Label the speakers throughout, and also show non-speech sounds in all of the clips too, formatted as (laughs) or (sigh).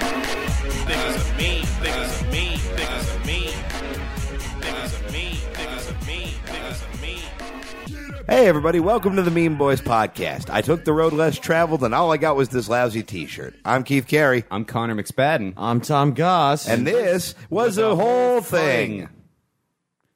Speaker 1: Niggas are mean, niggas are mean, niggas are mean. Niggas are mean, niggas are mean, niggas are mean.
Speaker 2: Hey, everybody, welcome to the Mean Boys Podcast. I took the road less traveled, and all I got was this lousy t shirt. I'm Keith Carey,
Speaker 3: I'm Connor McSpadden.
Speaker 4: I'm Tom Goss.
Speaker 2: and this was a whole thing.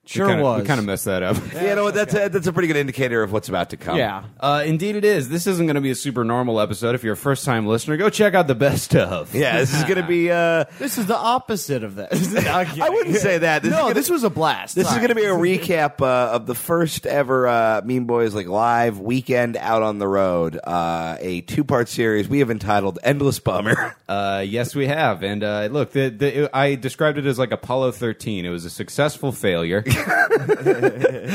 Speaker 4: sure
Speaker 3: kinda,
Speaker 4: was.
Speaker 3: We kind of messed that up.
Speaker 2: You know what? That's a, that's a pretty good indicator of what's about to come.
Speaker 4: yeah.
Speaker 3: (laughs) Uh, indeed, it is. This isn't going to be a super normal episode. If you're a first time listener, go check out the best of.
Speaker 2: Yeah, this is going to be. Uh,
Speaker 4: This is the opposite of that. I
Speaker 2: (laughs) I
Speaker 4: (laughs)
Speaker 2: wouldn't say that. This
Speaker 4: no,
Speaker 2: is gonna-
Speaker 4: this was a blast.
Speaker 2: This is
Speaker 4: Sorry.
Speaker 2: going to be a recap uh, of the first ever uh, Mean Boys like live weekend out on the road, uh, a two part series we have entitled "Endless Bummer." (laughs)
Speaker 3: Uh, yes, we have. And uh, look, the, the, I described it as like Apollo 13. It was a
Speaker 2: (laughs)
Speaker 3: successful failure.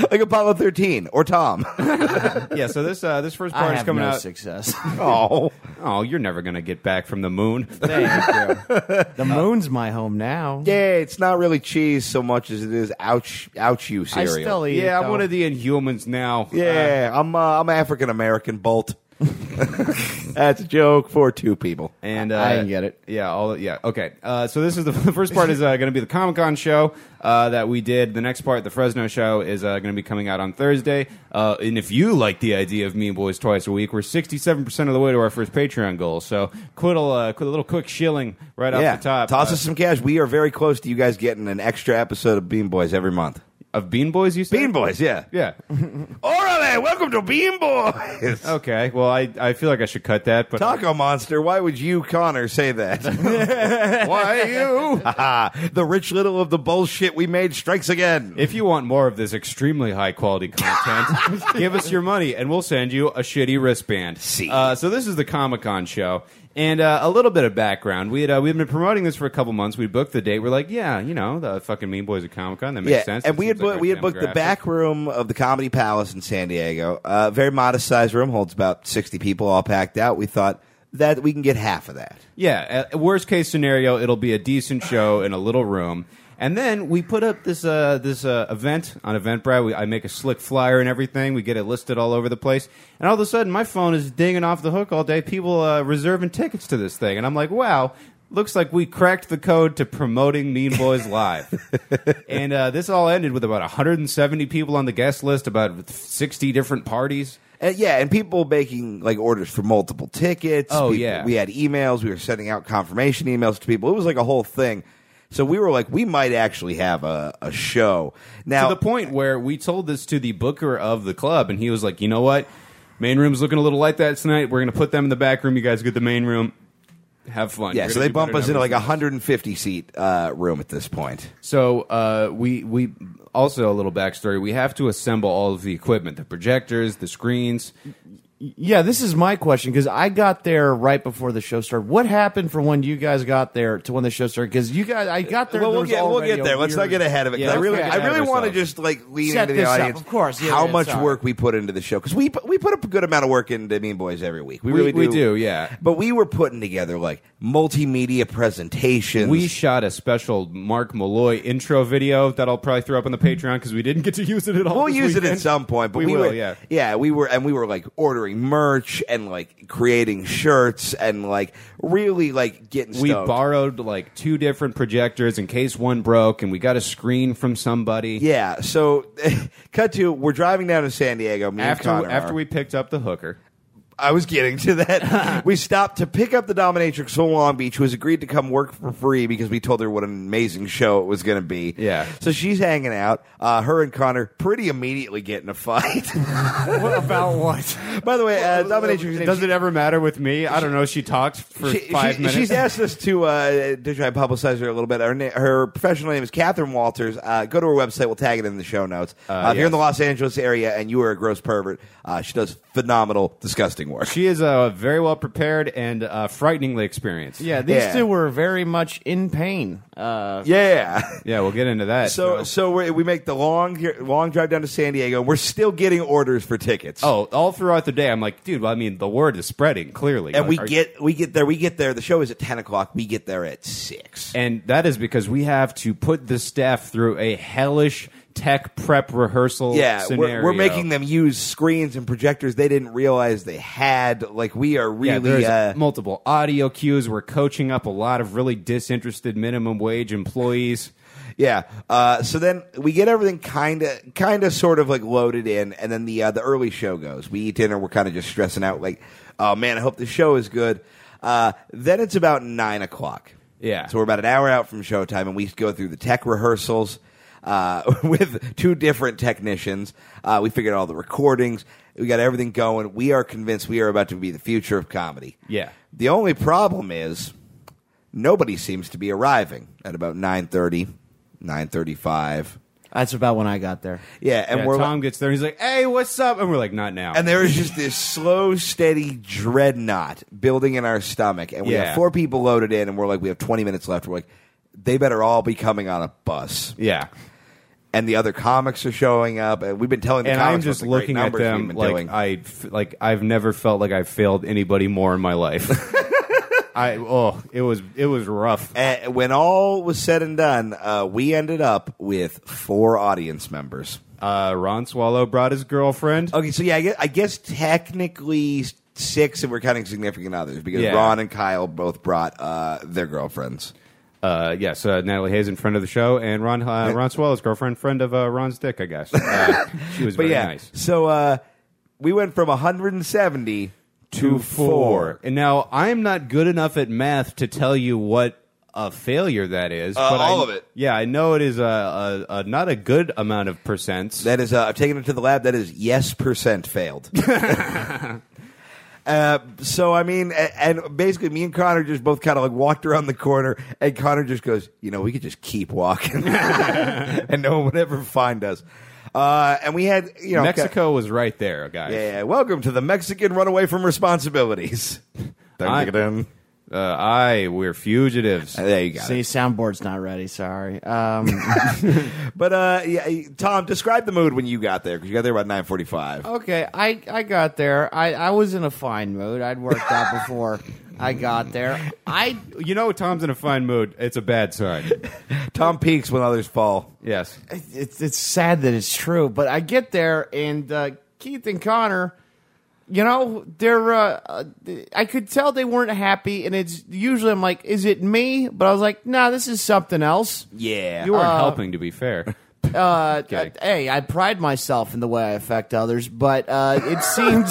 Speaker 2: like Apollo thirteen or
Speaker 4: (laughs)
Speaker 2: Tom.
Speaker 3: yeah. So this uh, this first
Speaker 4: I
Speaker 3: part is
Speaker 4: have
Speaker 3: coming
Speaker 4: no
Speaker 3: out.
Speaker 4: (laughs) success.
Speaker 2: oh,
Speaker 3: Oh, you're never going to get back from the moon. (laughs)
Speaker 4: Thank you. The moon's my home now.
Speaker 2: yeah, it's not really cheese so much as it is ouch, ouch you
Speaker 4: I
Speaker 2: cereal.
Speaker 4: still eat.
Speaker 3: yeah,
Speaker 4: it,
Speaker 3: I'm
Speaker 4: though.
Speaker 3: one of the Inhumans now.
Speaker 2: yeah, I'm uh, I'm African American Bolt. (laughs) That's a joke for two people.
Speaker 3: And uh,
Speaker 4: I didn't get it.
Speaker 3: Yeah, all yeah. Okay. Uh, so this is the, (laughs) the first part is uh, going to be the Comic Con show uh, that we did. The next part, the Fresno show, is uh, going to be coming out on Thursday. Uh, and if you like the idea of Mean Boys twice a week, we're sixty seven percent of the way to our first Patreon goal. So quit a, uh, quit a little quick shilling right
Speaker 2: yeah,
Speaker 3: off the top.
Speaker 2: toss
Speaker 3: uh,
Speaker 2: us some cash. We are very close to you guys getting an extra episode of Bean Boys every month.
Speaker 3: of Bean Boys. You said?
Speaker 2: Bean Boys, yeah.
Speaker 3: Yeah. (laughs)
Speaker 2: Orale, welcome to Bean Boys.
Speaker 3: Okay. Well, I, I feel like I should cut that, but
Speaker 2: Taco Monster, why would you, Connor, say that? (laughs)
Speaker 3: (laughs)
Speaker 2: why you? Haha, the rich little of the bullshit we made strikes again.
Speaker 3: If you want more of this extremely high
Speaker 2: (laughs)
Speaker 3: quality content, give us your money and we'll send you a shitty wristband.
Speaker 2: See.
Speaker 3: Uh, so this is the Comic Con show. And uh, a little bit of background. We had uh, we've been promoting this for a couple months. We booked the date. We're like, yeah, you know, the fucking Mean Boys at Comic Con. That makes
Speaker 2: yeah,
Speaker 3: sense.
Speaker 2: and
Speaker 3: That
Speaker 2: we had,
Speaker 3: seems like
Speaker 2: booked
Speaker 3: our
Speaker 2: we had booked the
Speaker 3: demographic.
Speaker 2: back room of the Comedy Palace in San Diego. Uh, very modest sized room, holds about 60 people all packed out. We thought that we can get half of that.
Speaker 3: Yeah, uh, worst case scenario, it'll be a decent show in a little room. And then we put up this uh, this uh, event on Eventbrite. We, I make a slick flyer and everything. We get it listed all over the place. And all of a sudden, my phone is dinging off the hook all day. People uh, reserving tickets to this thing, and I'm like, wow. Looks like we cracked the code to promoting Mean Boys Live. and uh, this all ended with about 170 people on the guest list, about 60 different parties.
Speaker 2: And Uh, yeah, and people making like orders for multiple tickets.
Speaker 3: Oh,
Speaker 2: People-
Speaker 3: yeah.
Speaker 2: we had emails. We were sending out confirmation emails to people. It was like a whole thing. So we were like, we might actually have a, a show now.
Speaker 3: to the point where we told this to the booker of the club, and he was like, "You know what? Main room's looking a little light that tonight. We're going to put them in the back room. You guys get the main room. Have fun."
Speaker 2: yeah,
Speaker 3: You're
Speaker 2: so
Speaker 3: gonna
Speaker 2: they
Speaker 3: do
Speaker 2: bump us
Speaker 3: better
Speaker 2: into
Speaker 3: numbers
Speaker 2: like a
Speaker 3: than
Speaker 2: 150 seat uh, room at this point.
Speaker 3: so uh, we we also a little backstory. We have to assemble all of the equipment: the projectors, the screens.
Speaker 4: Yeah, this is my question because I got there right before the show started. What happened from when you guys got there to when the show started? Because you guys, I got there.
Speaker 2: Well,
Speaker 4: there
Speaker 2: we'll
Speaker 4: was
Speaker 2: get we'll
Speaker 4: already
Speaker 2: get
Speaker 4: a
Speaker 2: there. Let's not
Speaker 4: weird-
Speaker 2: get ahead of it. 'cause I
Speaker 4: Yeah, let's
Speaker 2: really
Speaker 4: not get
Speaker 2: I
Speaker 4: ahead
Speaker 2: really
Speaker 4: of
Speaker 2: want to
Speaker 3: ourselves.
Speaker 2: just like lean
Speaker 4: Set
Speaker 2: into the
Speaker 4: this up,
Speaker 2: audience.
Speaker 4: of course. Yeah,
Speaker 2: how
Speaker 4: yeah,
Speaker 2: much
Speaker 4: sorry.
Speaker 2: work we put into the show because we put- we put up a good amount of work into Mean Boys every week. We,
Speaker 3: We-
Speaker 2: really do.
Speaker 3: we do, yeah.
Speaker 2: But we were putting together like multimedia presentations.
Speaker 3: We shot a special Mark Malloy intro video that I'll probably throw up on the Patreon because we didn't get to use it at all.
Speaker 2: we'll
Speaker 3: this
Speaker 2: use it at
Speaker 3: weekend.
Speaker 2: some point, but
Speaker 3: we,
Speaker 2: we,
Speaker 3: will.
Speaker 2: were,
Speaker 3: yeah.
Speaker 2: we were, and we were like ordering merch and like creating shirts and like really like getting.
Speaker 3: we
Speaker 2: stoked.
Speaker 3: borrowed like two different projectors in case one broke and we got a screen from somebody
Speaker 2: Yeah, so (laughs) cut to we're driving down to San Diego. me and
Speaker 3: after
Speaker 2: Connor
Speaker 3: after
Speaker 2: are.
Speaker 3: we picked up the hooker
Speaker 2: I was getting to
Speaker 3: (laughs)
Speaker 2: that. we stopped to pick up the dominatrix from Long Beach, who has agreed to come work for free because we told her what an amazing show it was going to be.
Speaker 3: Yeah.
Speaker 2: So she's hanging out. Uh, her and Connor pretty immediately get in a fight. (laughs)
Speaker 4: What about what?
Speaker 2: By the way,
Speaker 3: (laughs)
Speaker 2: uh, dominatrix name-
Speaker 3: does it ever matter with me i don't know she talked for
Speaker 2: She-
Speaker 3: five
Speaker 2: she-
Speaker 3: minutes
Speaker 2: She's asked us to uh, to try and publicize her a little bit. Her, na- her professional name is Catherine Walters. Uh, go to her website. We'll tag it in the show notes. Uh, If you're in the Los Angeles area and you are a gross pervert, uh, she does phenomenal, disgusting work.
Speaker 3: she is uh, very well prepared and uh, frighteningly experienced
Speaker 4: Yeah, these
Speaker 2: Yeah.
Speaker 4: two were very much in pain. Uh,
Speaker 2: (laughs) yeah.
Speaker 3: yeah we'll get into that
Speaker 2: So so we we make the long long drive down to San Diego. We're still getting orders for tickets.
Speaker 3: oh all throughout the day i'm like dude well, i mean the word is spreading clearly
Speaker 2: and
Speaker 3: Like,
Speaker 2: we
Speaker 3: are-
Speaker 2: get we get there. We get there. The show is at ten o'clock. We get there at six.
Speaker 3: and that is because we have to put the staff through a hellish tech prep rehearsal
Speaker 2: yeah,
Speaker 3: scenario.
Speaker 2: we're, we're making them use screens and projectors they didn't realize they had. Like we are
Speaker 3: Yeah,
Speaker 2: really
Speaker 3: there's
Speaker 2: uh,
Speaker 3: multiple audio cues. We're coaching up a lot of really disinterested minimum wage employees.
Speaker 2: Yeah. Uh, so then we get everything kind of, kind of, sort of like loaded in, and then the uh, the early show goes. We eat dinner. We're kind of just stressing out. Like, oh man, I hope the show is good. Uh, then it's about nine o'clock.
Speaker 3: Yeah.
Speaker 2: So we're about an hour out from showtime, and we go through the tech rehearsals uh, (laughs) with two different technicians. Uh, we figured out all the recordings. We got everything going. We are convinced we are about to be the future of comedy.
Speaker 3: Yeah.
Speaker 2: The only problem is nobody seems to be arriving at about 9.30 9.35
Speaker 4: That's about when I got there.
Speaker 2: yeah and
Speaker 3: And
Speaker 2: we're
Speaker 3: Tom gets there and he's like, "Hey, what's up?" And we're like, "Not now."
Speaker 2: and there is just this slow steady dreadnought building in our stomach and we
Speaker 3: Yeah.
Speaker 2: have four people loaded in and we're like we have 20 minutes left we're like they better all be coming on a bus
Speaker 3: yeah.
Speaker 2: and the other comics are showing up and we've been telling the
Speaker 3: And I'm
Speaker 2: comics
Speaker 3: just
Speaker 2: what the great
Speaker 3: looking at
Speaker 2: numbers we've
Speaker 3: them
Speaker 2: been
Speaker 3: like uh,
Speaker 2: doing.
Speaker 3: I f- like I've never felt like I've failed anybody more in
Speaker 2: (laughs)
Speaker 3: my life. I oh, it was it was rough.
Speaker 2: and when all was said and done uh, we ended up with four audience members
Speaker 3: Uh, Ron Swallow brought his girlfriend.
Speaker 2: Okay, so yeah, I guess, I guess technically six, and we're counting significant others because
Speaker 3: Yeah.
Speaker 2: Ron and Kyle both brought uh, their girlfriends.
Speaker 3: Uh, yes, uh, Natalie Hayes in front of the show, and Ron uh, Ron Swallow's girlfriend, friend of uh, Ron's dick, I guess. (laughs) Uh, she was
Speaker 2: But
Speaker 3: very
Speaker 2: yeah,
Speaker 3: nice.
Speaker 2: so uh, we went from 170 to four.
Speaker 3: And now I'm not good enough at math to tell you what a failure that is. but I-
Speaker 2: Uh, all of it.
Speaker 3: Yeah, I know it is a, a, a not a good amount of percents.
Speaker 2: That is, uh, I've taken it to the lab. That is yes percent failed. (laughs) Uh, so I mean, a- and basically, me and Connor just both kind of like walked around the corner, and Connor just goes, "You know, we could just keep (laughs) walking, and no one would ever find us." Uh, and we had, you know,
Speaker 3: Mexico was right there, guys.
Speaker 2: Yeah, Uh, welcome to the Mexican runaway from responsibilities.
Speaker 3: I-
Speaker 2: Dun-dun-dun.
Speaker 3: Uh, I we're fugitives.
Speaker 2: Uh, there you go.
Speaker 4: See, soundboard's not ready. Sorry. Um,
Speaker 2: But uh, yeah, Tom, describe the mood when you got there because you got there about nine forty-five.
Speaker 4: (laughs) okay, I, I got there. I, I was in a fine mood. I'd worked out before I got there. I
Speaker 3: You know, Tom's in a fine mood. It's a bad
Speaker 2: (laughs)
Speaker 3: sign.
Speaker 2: Tom peaks when others fall.
Speaker 3: yes.
Speaker 4: it's it's sad that it's true, but I get there and uh, Keith and Connor, you know, they're uh, uh, I could tell they weren't happy, and it's usually I'm like, is it me? But I was like, nah, this is something else.
Speaker 2: Yeah,
Speaker 3: You weren't helping, to be fair.
Speaker 4: Uh,
Speaker 3: Okay.
Speaker 4: uh, hey, I pride myself in the way I affect others, but uh, it
Speaker 2: (laughs)
Speaker 4: seemed.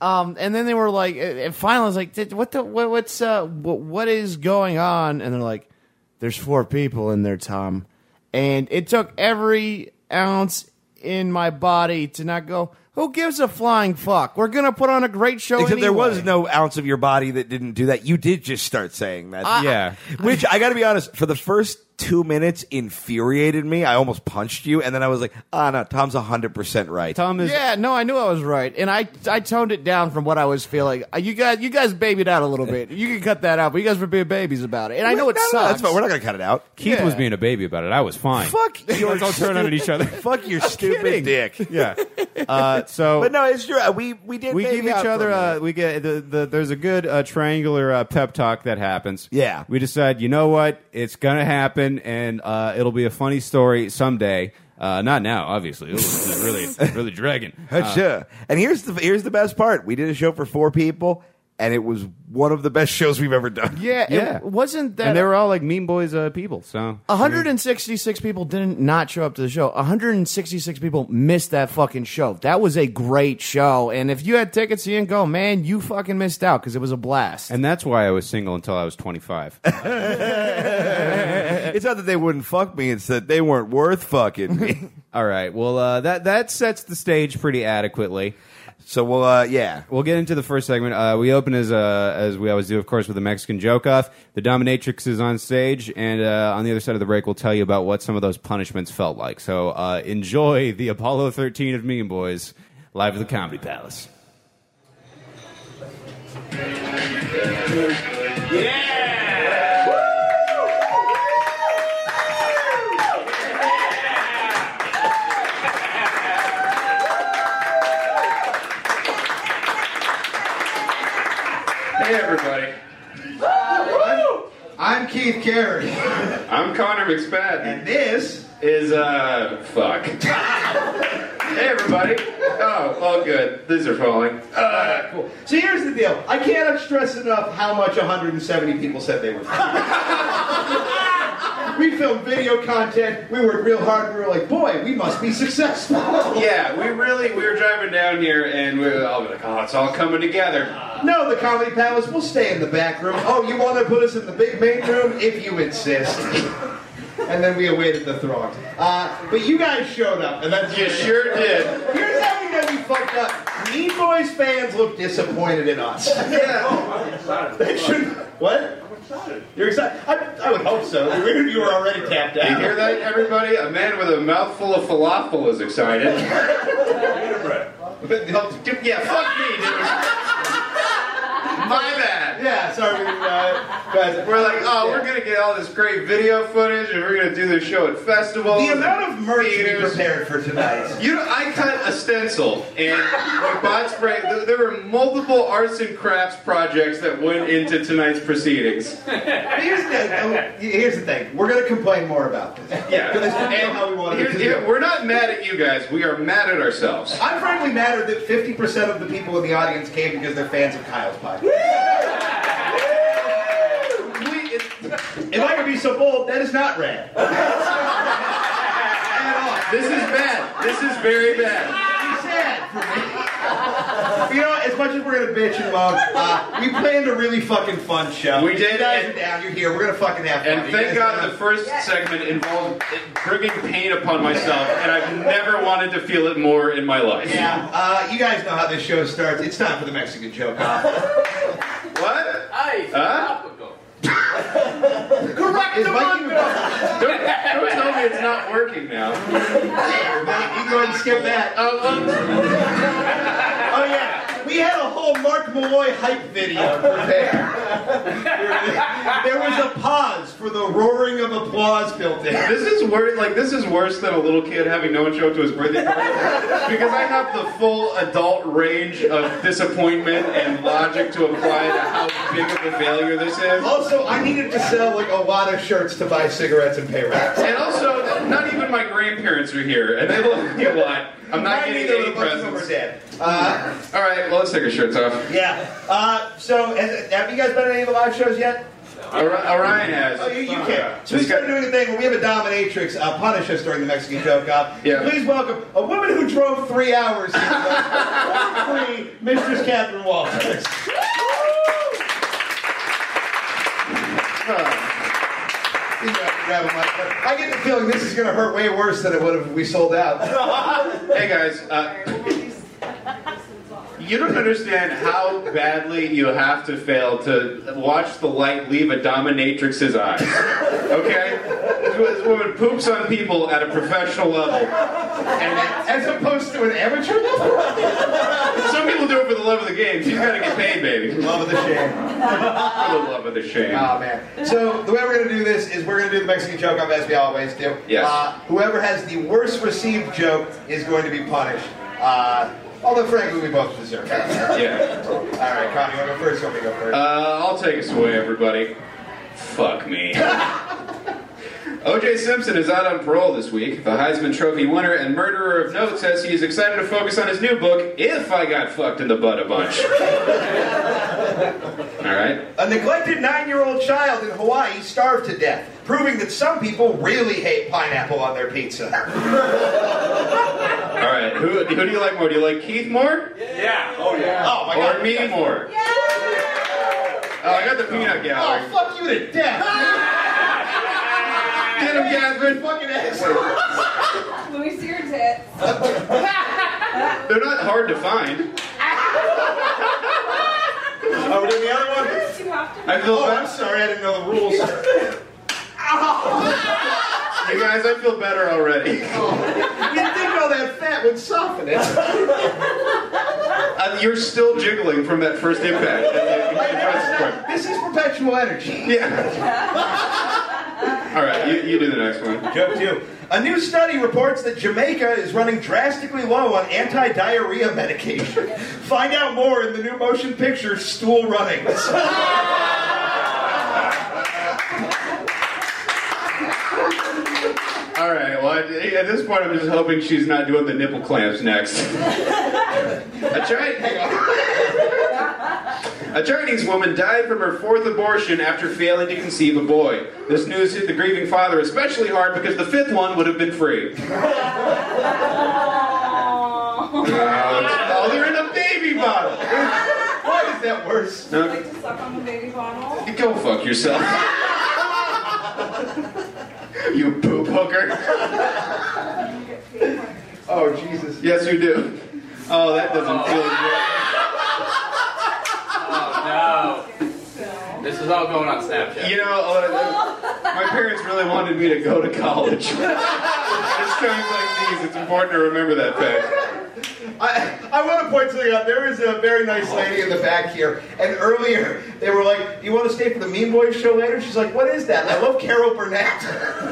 Speaker 4: Um, and then they were like, and finally, I was like, "Did- "What the? What, what's uh? What, what is going on?" And they're like, "There's four people in there, Tom." And it took every ounce in my body to not go. Who gives a flying fuck? We're gonna put on a great show.
Speaker 2: Except there
Speaker 4: anyway."
Speaker 2: was no ounce of your body that didn't do that. You did just start saying that.
Speaker 3: yeah.
Speaker 2: Which I got to be honest, for the first two minutes, infuriated me. I almost punched you, and then I was like, "Ah, no, Tom's hundred percent right."
Speaker 3: Tom is
Speaker 4: Yeah, no, I knew I was right, and I I toned it down from what I was feeling. Uh, You guys, you guys babied out a little bit. You can cut that out, but you guys were being babies about it, and I know it
Speaker 2: No, no,
Speaker 4: sucks.
Speaker 2: no, that's fine. We're not going to cut it out.
Speaker 3: Keith
Speaker 4: Yeah.
Speaker 3: was being a baby about it. I was fine.
Speaker 2: Fuck (laughs) your
Speaker 3: Let's all turn on at each other.
Speaker 2: Fuck your stupid dick.
Speaker 3: (laughs) Yeah. Uh, so
Speaker 2: But no, it's true. We we did.
Speaker 3: we
Speaker 2: baby
Speaker 3: give each
Speaker 2: out for
Speaker 3: other
Speaker 2: a minute.
Speaker 3: uh, we get the, the there's a good uh, triangular uh, pep talk that happens
Speaker 2: Yeah.
Speaker 3: we decide you know what it's gonna happen and uh, it'll be a funny story someday uh, not now obviously Ooh, this is really really dragging
Speaker 2: Uh, sure. And here's the here's the best part. We did a show for four people, and it was one of the best (laughs) shows we've ever done.
Speaker 4: yeah,
Speaker 3: Yeah.
Speaker 4: It wasn't that
Speaker 3: Uh, and they were all like mean boys uh, people so
Speaker 4: Oh. 166 people didn't not show up to the show. 166 people missed that fucking show. That was a great show, and if you had tickets, you didn't go, man. You fucking missed out because it was a blast.
Speaker 3: and that's why I was single until I was 25.
Speaker 2: It's not that they wouldn't fuck me; it's that they weren't worth fucking (laughs) me.
Speaker 3: All right. Well, uh, that that sets the stage pretty adequately.
Speaker 2: so we'll, uh, yeah,
Speaker 3: We'll get into the first segment. Uh, we open as uh, as we always do, of course, with a Mexican joke off. The dominatrix is on stage, and uh, on the other side of the break, we'll tell you about what some of those punishments felt like. So uh, enjoy the Apollo 13 of Mean Boys live at the Comedy Palace.
Speaker 5: Hey, everybody.
Speaker 6: I'm Keith Carey,
Speaker 5: I'm Connor McSpadden.
Speaker 6: and this
Speaker 3: is uh
Speaker 6: (laughs)
Speaker 3: fuck. hey everybody. Oh, all good. These are falling. Uh, cool. So here's the deal. I cannot stress enough how much 170 people said they were. (laughs) we filmed video content. We worked real hard. We were like, boy, we must be successful. (laughs) Yeah, we really we were driving down here and we were all like, oh, it's all coming together.
Speaker 6: Uh,
Speaker 3: No, the Comedy Palace. We'll stay in the back room. Oh, you want to put us in the big main room if you insist. And then we awaited the throng. Uh, but you guys showed up, and that's you sure did. Here's how we know we fucked up. Mean Boys fans look disappointed in us. Yeah, they should. What? You're excited. I, I would hope so. You you were already tapped out. You hear that, everybody? A man with a mouthful of falafel is
Speaker 6: (laughs)
Speaker 3: excited. But- yeah, fuck me, dude. My bad. Yeah, sorry. We, uh, guys, we're like, oh, we're gonna get all this great video footage, and we're gonna do this show at festivals.
Speaker 6: The amount of merch we
Speaker 3: theaters.
Speaker 6: prepared for tonight.
Speaker 3: (laughs) You know, I cut a stencil, and we bought spray. th- There were multiple arts and crafts projects that went into tonight's proceedings.
Speaker 6: Here's the, Oh, here's the thing. We're gonna complain more about
Speaker 3: (laughs)
Speaker 6: this.
Speaker 3: Yeah,
Speaker 6: Because we know
Speaker 3: and
Speaker 6: how we wanted it
Speaker 3: here's-
Speaker 6: to
Speaker 3: here-
Speaker 6: go.
Speaker 3: we're not mad at you guys. We are mad at ourselves.
Speaker 6: I'm frankly mad that 50% of the people in the audience came because they're fans of Kyle's podcast.
Speaker 3: We- it-
Speaker 6: If I could be so bold, that is not rad. (laughs)
Speaker 3: this is bad. This is very bad.
Speaker 6: It's sad for me. You know, as much as we're gonna bitch and moan, uh, we planned a really fucking fun show.
Speaker 3: We did,
Speaker 6: You guys
Speaker 3: and-
Speaker 6: are down. You're here. We're gonna fucking have fun.
Speaker 3: And
Speaker 6: You
Speaker 3: thank
Speaker 6: guys
Speaker 3: God
Speaker 6: are-
Speaker 3: the first segment involved bringing pain upon myself, and I've never wanted to feel it more in my life.
Speaker 6: Yeah, uh, you guys know how this show starts. It's time for the Mexican joke.
Speaker 3: (laughs)
Speaker 6: off.
Speaker 3: What?
Speaker 7: Hey,
Speaker 3: Huh?
Speaker 7: topical.
Speaker 6: Correct. Is Mike even? Mike,
Speaker 3: Don't, don't tell me it's not working now.
Speaker 6: You go ahead and skip that.
Speaker 3: Um, um,
Speaker 6: Oh yeah, we had a whole Mark Malloy hype
Speaker 3: (laughs)
Speaker 6: video prepared. there was a pause for the roaring of applause built in.
Speaker 3: This is worse. Like this is worse than a little kid having no one show up to his birthday
Speaker 6: (laughs)
Speaker 3: party because I have the full adult range of disappointment and logic to apply to how big of a failure this is.
Speaker 6: Also, I needed to sell like a lot of shirts to buy cigarettes and pay rent.
Speaker 3: And also, not even my grandparents are here, and they love me a lot. I'm not
Speaker 6: Mine
Speaker 3: getting
Speaker 6: neither,
Speaker 3: any
Speaker 6: but a bunch of them are
Speaker 3: presents.
Speaker 6: dead. Uh,
Speaker 3: All right, well, let's take our shirts off.
Speaker 6: yeah. Uh, so, has, have you guys been to any of the live shows yet?
Speaker 3: Ori- Orion has.
Speaker 6: Oh, you, you can. So
Speaker 3: He's
Speaker 6: we started
Speaker 3: got-
Speaker 6: doing a thing where we have a dominatrix uh, punish us during the Mexican joke off.
Speaker 3: Yeah.
Speaker 6: Please welcome a woman who drove three hours. here for free, Mistress Catherine Walters. You gotta grab a mic. I get the feeling this is gonna hurt way worse than it would have if we sold out.
Speaker 3: Hey guys, uh, you don't understand how badly you have to fail to watch the light leave a dominatrix's eyes. Okay? This woman poops on people at a professional level. And
Speaker 6: As opposed to an amateur level?
Speaker 3: some people do it for the love of the game. She's got to get paid, baby. For
Speaker 6: Love of the shame.
Speaker 3: the love of the shame.
Speaker 6: Oh man. So the way we're gonna do this is we're gonna do the Mexican joke up as we always do.
Speaker 3: Yes.
Speaker 6: Uh, whoever has the worst received joke is going to be punished. Uh, although frankly, we both deserve it. All
Speaker 3: Yeah.
Speaker 6: right, Connie, you wanna go first? You want me to go first?
Speaker 3: Uh, I'll take us away, everybody. Fuck
Speaker 6: (laughs)
Speaker 3: me. OJ Simpson is out on parole this week. The Heisman Trophy winner and murderer of note says he is excited to focus on his new book, If I Got Fucked in the Butt a
Speaker 6: (laughs)
Speaker 3: Bunch. Alright?
Speaker 6: a neglected nine-year-old child in Hawaii starved to death, proving that some people really hate pineapple on their pizza.
Speaker 3: Alright, who, who do you like more? Do you like Keith more?
Speaker 7: Yeah. Oh yeah.
Speaker 6: Oh my
Speaker 3: Or
Speaker 6: god.
Speaker 3: me more? Oh, I got the peanut
Speaker 6: Oh,
Speaker 3: gallery.
Speaker 6: fuck you
Speaker 3: (laughs)
Speaker 6: to death!
Speaker 3: Get him, Catherine!
Speaker 6: Fucking asshole.
Speaker 8: Let me see your tits.
Speaker 3: They're not hard to find.
Speaker 6: (laughs) Oh, we're doing the other one?
Speaker 8: Do you have to?
Speaker 3: I feel
Speaker 6: Oh, I'm
Speaker 3: bad.
Speaker 6: sorry, I didn't know the rules.
Speaker 3: You guys, I feel better already. (laughs)
Speaker 6: you think all that fat would soften it.
Speaker 3: Uh, you're still jiggling from that first impact.
Speaker 6: (laughs) This is perpetual energy.
Speaker 3: Yeah. (laughs) All right, you, you do the next one.
Speaker 6: Joke two. A new study reports that Jamaica is running drastically low on anti-diarrhea medication. Find out more in the new motion picture Stool Runnings.
Speaker 3: All All right. Well, I, at this point, I'm just hoping she's not doing the nipple clamps next. I tried. Hang on. A Chinese woman died from her fourth abortion after failing to conceive a boy. This news hit the grieving father especially hard because the fifth one would have been free. Um,
Speaker 8: Aww.
Speaker 3: Oh, they're in a baby bottle.
Speaker 2: Why is that worse?
Speaker 3: No,
Speaker 8: like to suck on the baby bottle.
Speaker 3: Go fuck yourself. you poop hooker.
Speaker 8: You get paid for it.
Speaker 3: Oh, Jesus. Yes, you do. Oh, that doesn't feel good.
Speaker 6: Oh, No,
Speaker 8: So.
Speaker 6: this is all going on Snapchat.
Speaker 3: You know, uh, my parents really wanted me to go to college. (laughs) it's times like these, it's important to remember that fact.
Speaker 2: I, I want to point something out. There is a very nice lady in the back here, and earlier they were like, "You want to stay for the Mean Boys show later?" She's like, "What is that?" And I love Carol
Speaker 6: (laughs)
Speaker 2: Burnett.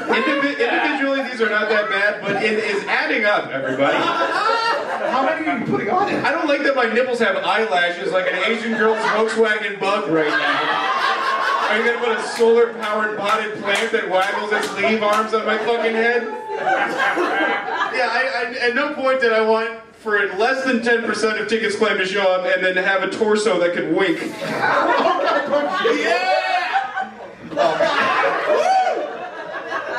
Speaker 3: Indivi- individually, these are not that bad, but it is adding up, everybody.
Speaker 2: How many are you putting on it?
Speaker 3: I don't like that my nipples have eyelashes like an Asian girl's Volkswagen bug right now. Are you gonna put a solar powered potted plant that waggles its leaf arms on my fucking head? yeah, I, I, at no point did I want for less than 10% of tickets claimed to show up and then to have a torso that could wink.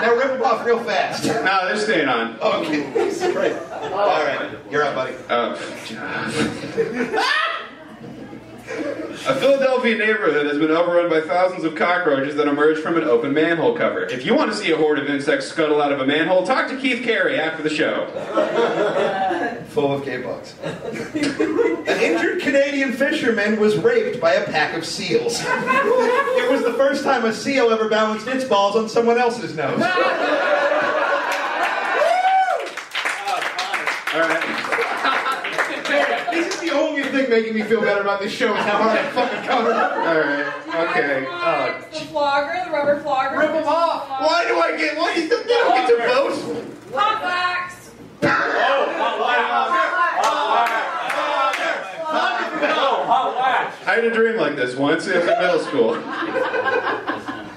Speaker 2: Now rip them off real fast.
Speaker 3: Nah, they're staying on.
Speaker 2: Okay, great. All right, you're up, buddy.
Speaker 3: Uh, a Philadelphia neighborhood has been overrun by thousands of cockroaches that emerge from an open manhole cover. If you want to see a horde of insects scuttle out of a manhole, talk to Keith Carey after the show.
Speaker 2: Full of gay bugs. An injured Canadian fisherman was raped by a pack of seals. (laughs) it was the first time a seal ever balanced its balls on someone else's (laughs) nose.
Speaker 3: All right.
Speaker 2: (laughs) This is the only thing making me feel better about this show is how hard I fucking covered.
Speaker 3: All right. Okay.
Speaker 8: Uh, the flogger, the rubber flogger.
Speaker 2: Rip them off. Why do I get? Why is the? They don't get to vote.
Speaker 8: Hot wax.
Speaker 6: hot wax.
Speaker 3: I had a dream like this once. It was in middle school.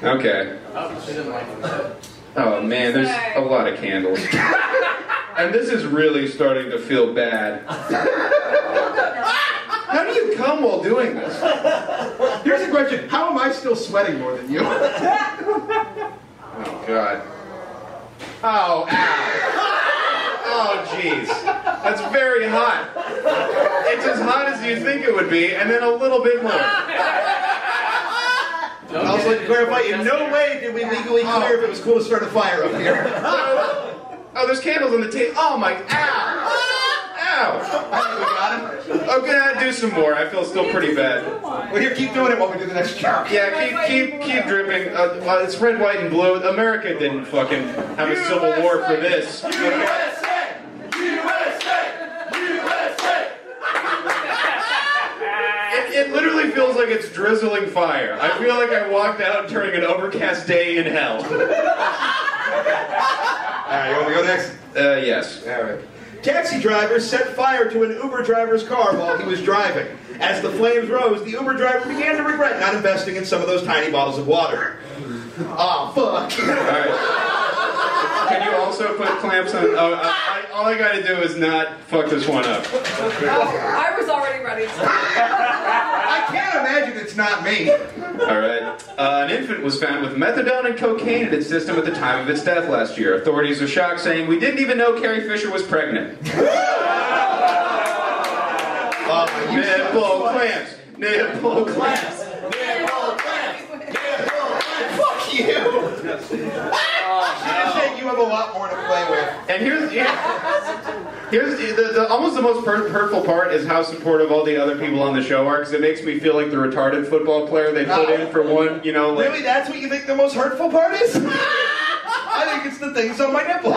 Speaker 3: Okay.
Speaker 6: Oh, she didn't like it.
Speaker 3: Oh man, there's a lot of candles. and this is really starting to feel bad. How do you come while doing this?
Speaker 2: Here's a question: How am I still sweating more than you?
Speaker 3: Oh God. Oh, ow. Oh, jeez. That's very hot. It's as hot as you think it would be, and then a little bit more.
Speaker 6: Don't
Speaker 2: I was
Speaker 6: get
Speaker 2: like,
Speaker 6: it.
Speaker 2: clarify. In
Speaker 6: Just
Speaker 2: no
Speaker 6: there.
Speaker 2: way did we legally clear if it was cool to start a fire up here.
Speaker 3: Oh, there's candles on the table. Oh my, ow. Ow. I'm gonna do some more. I feel still pretty bad.
Speaker 2: Well, here, keep doing it while we do the next job.
Speaker 3: Yeah, keep keep keep dripping. Uh, well, it's red, white, and blue. America didn't fucking have a civil war for this. It, it literally feels like it's drizzling fire. I feel like I walked out during an overcast day in hell.
Speaker 2: All right, you want to go next?
Speaker 3: Uh, yes.
Speaker 2: All right. Taxi driver set fire to an Uber driver's car while he was driving. As the flames rose, the Uber driver began to regret not investing in some of those tiny bottles of water. Aw, fuck.
Speaker 3: All right. Can you also put clamps on? Oh, I, I, all I gotta do is not fuck this one up.
Speaker 8: I was already ready. To
Speaker 2: I can't imagine it's not me.
Speaker 3: All right. Uh, an infant was found with methadone and cocaine in its system at the time of its death last year. Authorities are shocked, saying, We didn't even know Carrie Fisher was pregnant.
Speaker 2: Uh, you
Speaker 3: Nipple clamps. Nipple clamps.
Speaker 2: fuck you. (laughs)
Speaker 6: (laughs) Oh,
Speaker 2: She just said you have a lot more to play with.
Speaker 3: And here's yeah, here's the, the, the almost the most per- hurtful part is how supportive all the other people on the show are because it makes me feel like the retarded football player they put in for one. You know, like
Speaker 2: Really, that's what you think the most hurtful part
Speaker 6: (laughs)
Speaker 2: is? I think it's the things on my nipples.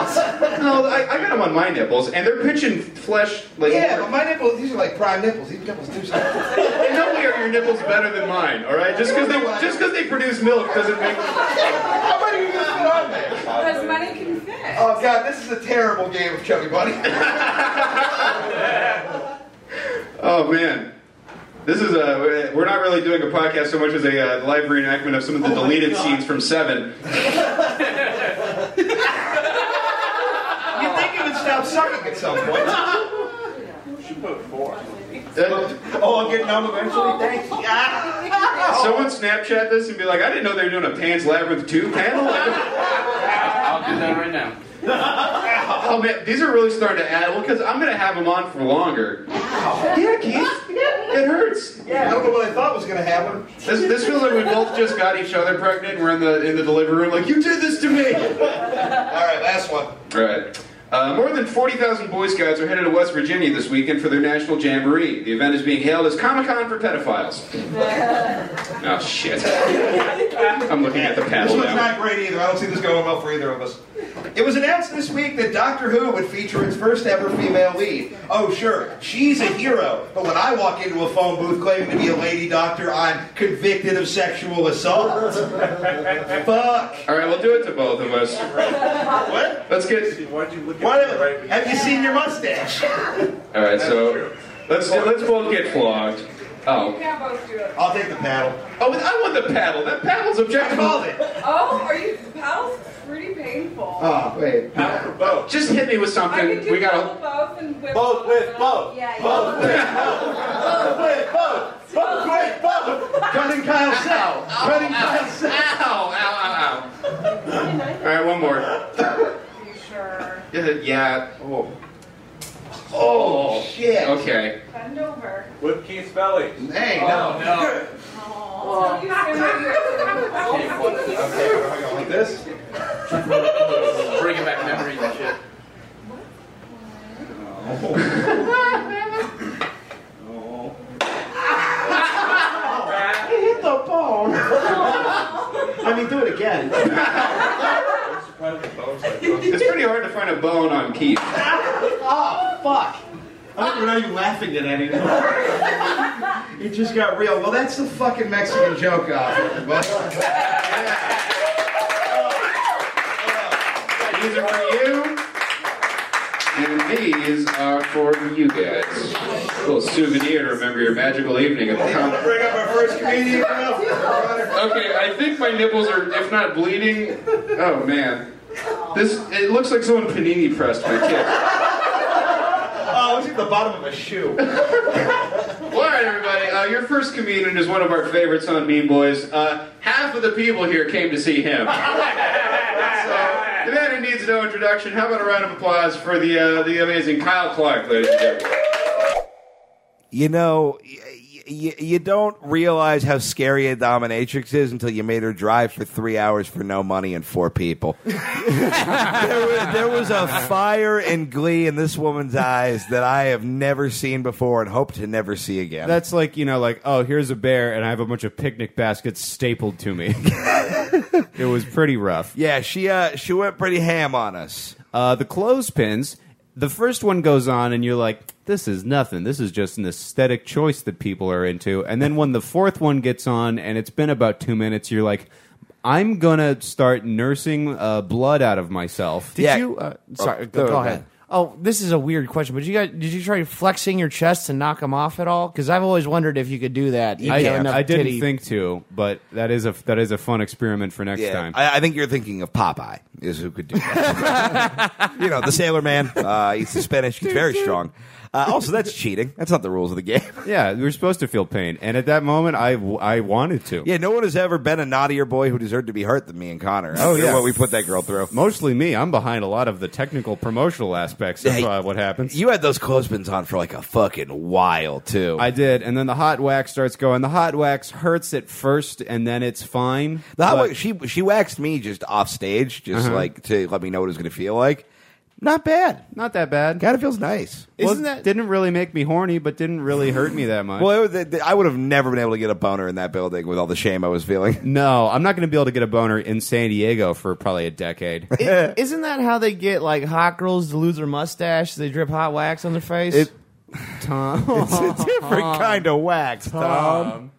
Speaker 3: no, I, I got them on my nipples, and they're pinching flesh like
Speaker 2: Yeah, but my nipples, these are like prime nipples. These nipples do
Speaker 6: (laughs)
Speaker 2: something.
Speaker 3: And no way are your nipples better than mine, all right? Just because they just because they produce milk doesn't make.
Speaker 2: How many are you gonna put on there?
Speaker 8: As many can fit.
Speaker 2: Oh god, this is a terrible game of Chubby Bunny.
Speaker 3: Oh man, this is a we're not really doing a podcast so much as a uh, live reenactment of some of the deleted scenes from Seven.
Speaker 6: sucking at some point.
Speaker 2: (laughs)
Speaker 5: You put four.
Speaker 3: Uh,
Speaker 6: oh, I'll get numb eventually. Thank you. Ah.
Speaker 5: Someone Snapchat this and be like, I didn't know they were doing a Pan's Labyrinth 2 panel.
Speaker 9: (laughs) I'll do that right now.
Speaker 5: oh man, these are really starting to add. Well, because I'm gonna have them on for longer. Yeah, Keith, it hurts.
Speaker 6: I don't know what I thought was gonna happen.
Speaker 5: This, this feels like we both just got each other pregnant. and We're in the in the delivery room, like you did this to me.
Speaker 6: All right, last one.
Speaker 5: All right. Uh, more than 40,000 Boy Scouts are headed to West Virginia this weekend for their national jamboree. The event is being hailed as Comic Con for
Speaker 8: (laughs)
Speaker 5: pedophiles. oh shit! I'm looking at the
Speaker 6: This
Speaker 5: panel
Speaker 6: one's
Speaker 5: now.
Speaker 6: not great either. I don't see this going well for either of us. It was announced this week that Doctor Who would feature its first ever female lead. Oh, sure, she's a hero, but when I walk into a phone booth claiming to be a lady doctor, I'm convicted of sexual assault. Fuck.
Speaker 5: All right, we'll do it to both of us.
Speaker 6: What?
Speaker 5: Let's get.
Speaker 6: Why don't- Have you seen your mustache?
Speaker 5: All right, so let's let's both get flogged.
Speaker 8: You
Speaker 5: Oh,
Speaker 8: can't both do it.
Speaker 6: I'll take the paddle.
Speaker 5: oh, I want the paddle. That paddle's
Speaker 6: I
Speaker 5: objective.
Speaker 6: called it.
Speaker 8: Oh, are you? Paddle's pretty painful.
Speaker 6: Oh, wait.
Speaker 5: Oh, just hit me with
Speaker 8: I could
Speaker 5: something.
Speaker 8: do
Speaker 5: We
Speaker 8: double
Speaker 5: gotta.
Speaker 8: both and whip
Speaker 10: Both with
Speaker 8: up.
Speaker 10: both.
Speaker 8: Yeah,
Speaker 10: Both
Speaker 8: yeah.
Speaker 10: with both. Both with both. Both with both.
Speaker 6: Cutting Kyle Sal. Cutting Kyle Sal.
Speaker 5: Oh, Ow! Ow! Ow! Ow! All right, one more.
Speaker 8: You sure?
Speaker 5: Yeah, Yeah. Oh. Oh.
Speaker 6: Shit.
Speaker 5: Okay.
Speaker 8: Bend over.
Speaker 10: With Keith's belly.
Speaker 6: Hey, no.
Speaker 9: Oh no.
Speaker 6: (laughs)
Speaker 8: Don't you say what you're doing.
Speaker 9: Okay.
Speaker 6: Am I going like this?
Speaker 9: Bringing back memories and shit.
Speaker 6: I hit the bone. I mean, do it again.
Speaker 5: It's pretty hard to find a bone on Keith.
Speaker 6: I don't even know you laughing at anymore. it just got real. Well, that's the fucking Mexican joke uh, off. everybody.
Speaker 5: These are for you, and these are for you guys. A little souvenir to remember your magical evening at the
Speaker 6: Wanna
Speaker 5: con.
Speaker 6: Bring up our first comedian. Ralph?
Speaker 5: Okay, I think my nipples are, if not bleeding, oh man. This, it looks like someone panini pressed my kid.
Speaker 6: Oh, it was at the bottom of a shoe.
Speaker 5: Well, alright everybody, uh, your first comedian is one of our favorites on Mean Boys. Uh, half of the people here came to see him. So, the man who needs no introduction, how about a round of applause for the, uh, the amazing Kyle Clark, ladies and gentlemen.
Speaker 2: You know, y- y- you don't realize how scary a dominatrix is until you made her drive for three hours for no money and four people. (laughs) there, was, there was a fire and glee in this woman's eyes that I have never seen before and hope to never see again.
Speaker 3: That's like you know, like oh, here's a bear, and I have a bunch of picnic baskets stapled to me. it was pretty rough.
Speaker 2: yeah, she uh, she went pretty ham on us.
Speaker 3: Uh, the clothespins. The first one goes on, and you're like, "This is nothing. This is just an aesthetic choice that people are into." And then when the fourth one gets on, and it's been about two minutes, you're like, "I'm gonna start nursing uh, blood out of myself."
Speaker 4: Did
Speaker 2: Yeah.
Speaker 4: you? Uh, sorry,
Speaker 2: Oh,
Speaker 4: go,
Speaker 2: go
Speaker 4: go
Speaker 2: ahead.
Speaker 4: ahead. Oh, this is a weird question, but you guys, did you try flexing your chest to knock them off at all? Because I've always wondered if you could do that. You
Speaker 3: I,
Speaker 4: know, enough
Speaker 3: I didn't
Speaker 4: titty-
Speaker 3: think to, but that is a that is a fun experiment for next time.
Speaker 2: I, I think you're thinking of Popeye is who could do that. (laughs) you know, the sailor man. Uh, he's Spanish. He's very strong. Uh, also, that's cheating. That's not the rules of the game.
Speaker 3: yeah, we were supposed to feel pain, and at that moment, I w- I wanted to.
Speaker 2: Yeah, no one has ever been a naughtier boy who deserved to be hurt than me and Connor.
Speaker 3: Oh,
Speaker 2: After
Speaker 3: yeah.
Speaker 2: what we put that girl through.
Speaker 3: Mostly me. I'm behind a lot of the technical promotional aspects of
Speaker 2: Hey,
Speaker 3: uh, what happens.
Speaker 2: You had those clothespins on for like a fucking while too.
Speaker 3: I did, and then the hot wax starts going. The hot wax hurts at first, and then it's fine.
Speaker 2: the hot
Speaker 3: but-
Speaker 2: wax, she she waxed me just off stage, just like to let me know what it was going to feel like. Not bad.
Speaker 3: not that bad.
Speaker 2: Kind of feels nice.
Speaker 3: Well,
Speaker 4: Isn't that-
Speaker 3: didn't really make me horny, but didn't really hurt me that much?
Speaker 2: Well, it was, th- th- I would have never been able to get a boner in that building with all the shame I was feeling. (laughs)
Speaker 3: no, I'm not going to be able to get a boner in San Diego for probably
Speaker 2: (laughs)
Speaker 3: a decade.
Speaker 4: I- (laughs) Isn't that how they get like hot girls to lose their mustache? They drip hot wax on their face.
Speaker 2: It-
Speaker 3: Tom,
Speaker 2: It's a different kind of wax, Tom.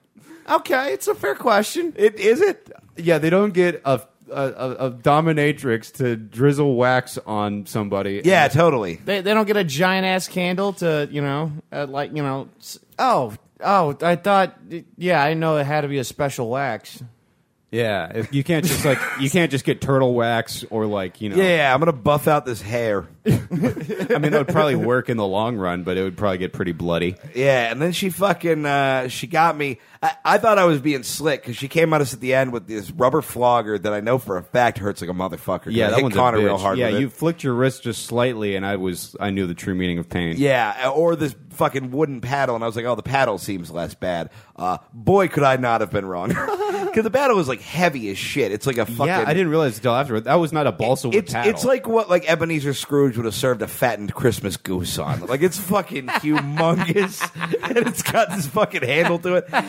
Speaker 4: okay, it's a fair question.
Speaker 2: It is it.
Speaker 3: yeah, they don't get a, a, a, a dominatrix to drizzle wax on somebody.
Speaker 2: Yeah, totally.
Speaker 4: They, they don't get a giant ass candle to you know uh, like you know s- oh oh I thought yeah I know it had to be a special wax.
Speaker 3: yeah. if- You can't just like you can't just get turtle wax or like you know.
Speaker 2: Yeah, I'm gonna buff out this hair.
Speaker 3: I mean, it would probably work in the long run, but it would probably get pretty bloody.
Speaker 2: Yeah, and then she fucking uh, she got me. I, I thought I was being slick because she came at us at the end with this rubber flogger that I know for a fact hurts like a motherfucker. 'cause I
Speaker 3: Yeah, that
Speaker 2: hit
Speaker 3: one's
Speaker 2: Connor
Speaker 3: a bitch.
Speaker 2: real hard.
Speaker 3: Yeah,
Speaker 2: with it.
Speaker 3: you flicked your wrist just slightly, and I was I knew the true meaning of pain.
Speaker 2: Yeah, or this fucking wooden paddle, and I was like, oh, the paddle seems less bad. Uh, boy, could I not have been wrong, (laughs) because the paddle was like heavy as shit. It's like a fucking.
Speaker 3: yeah. I didn't realize until afterward that was not a balsa wood
Speaker 2: It's
Speaker 3: paddle.
Speaker 2: it's like what like Ebenezer Scrooge would have served a fattened Christmas goose on. Like it's fucking
Speaker 3: (laughs)
Speaker 2: humongous, and it's got this fucking handle to it. And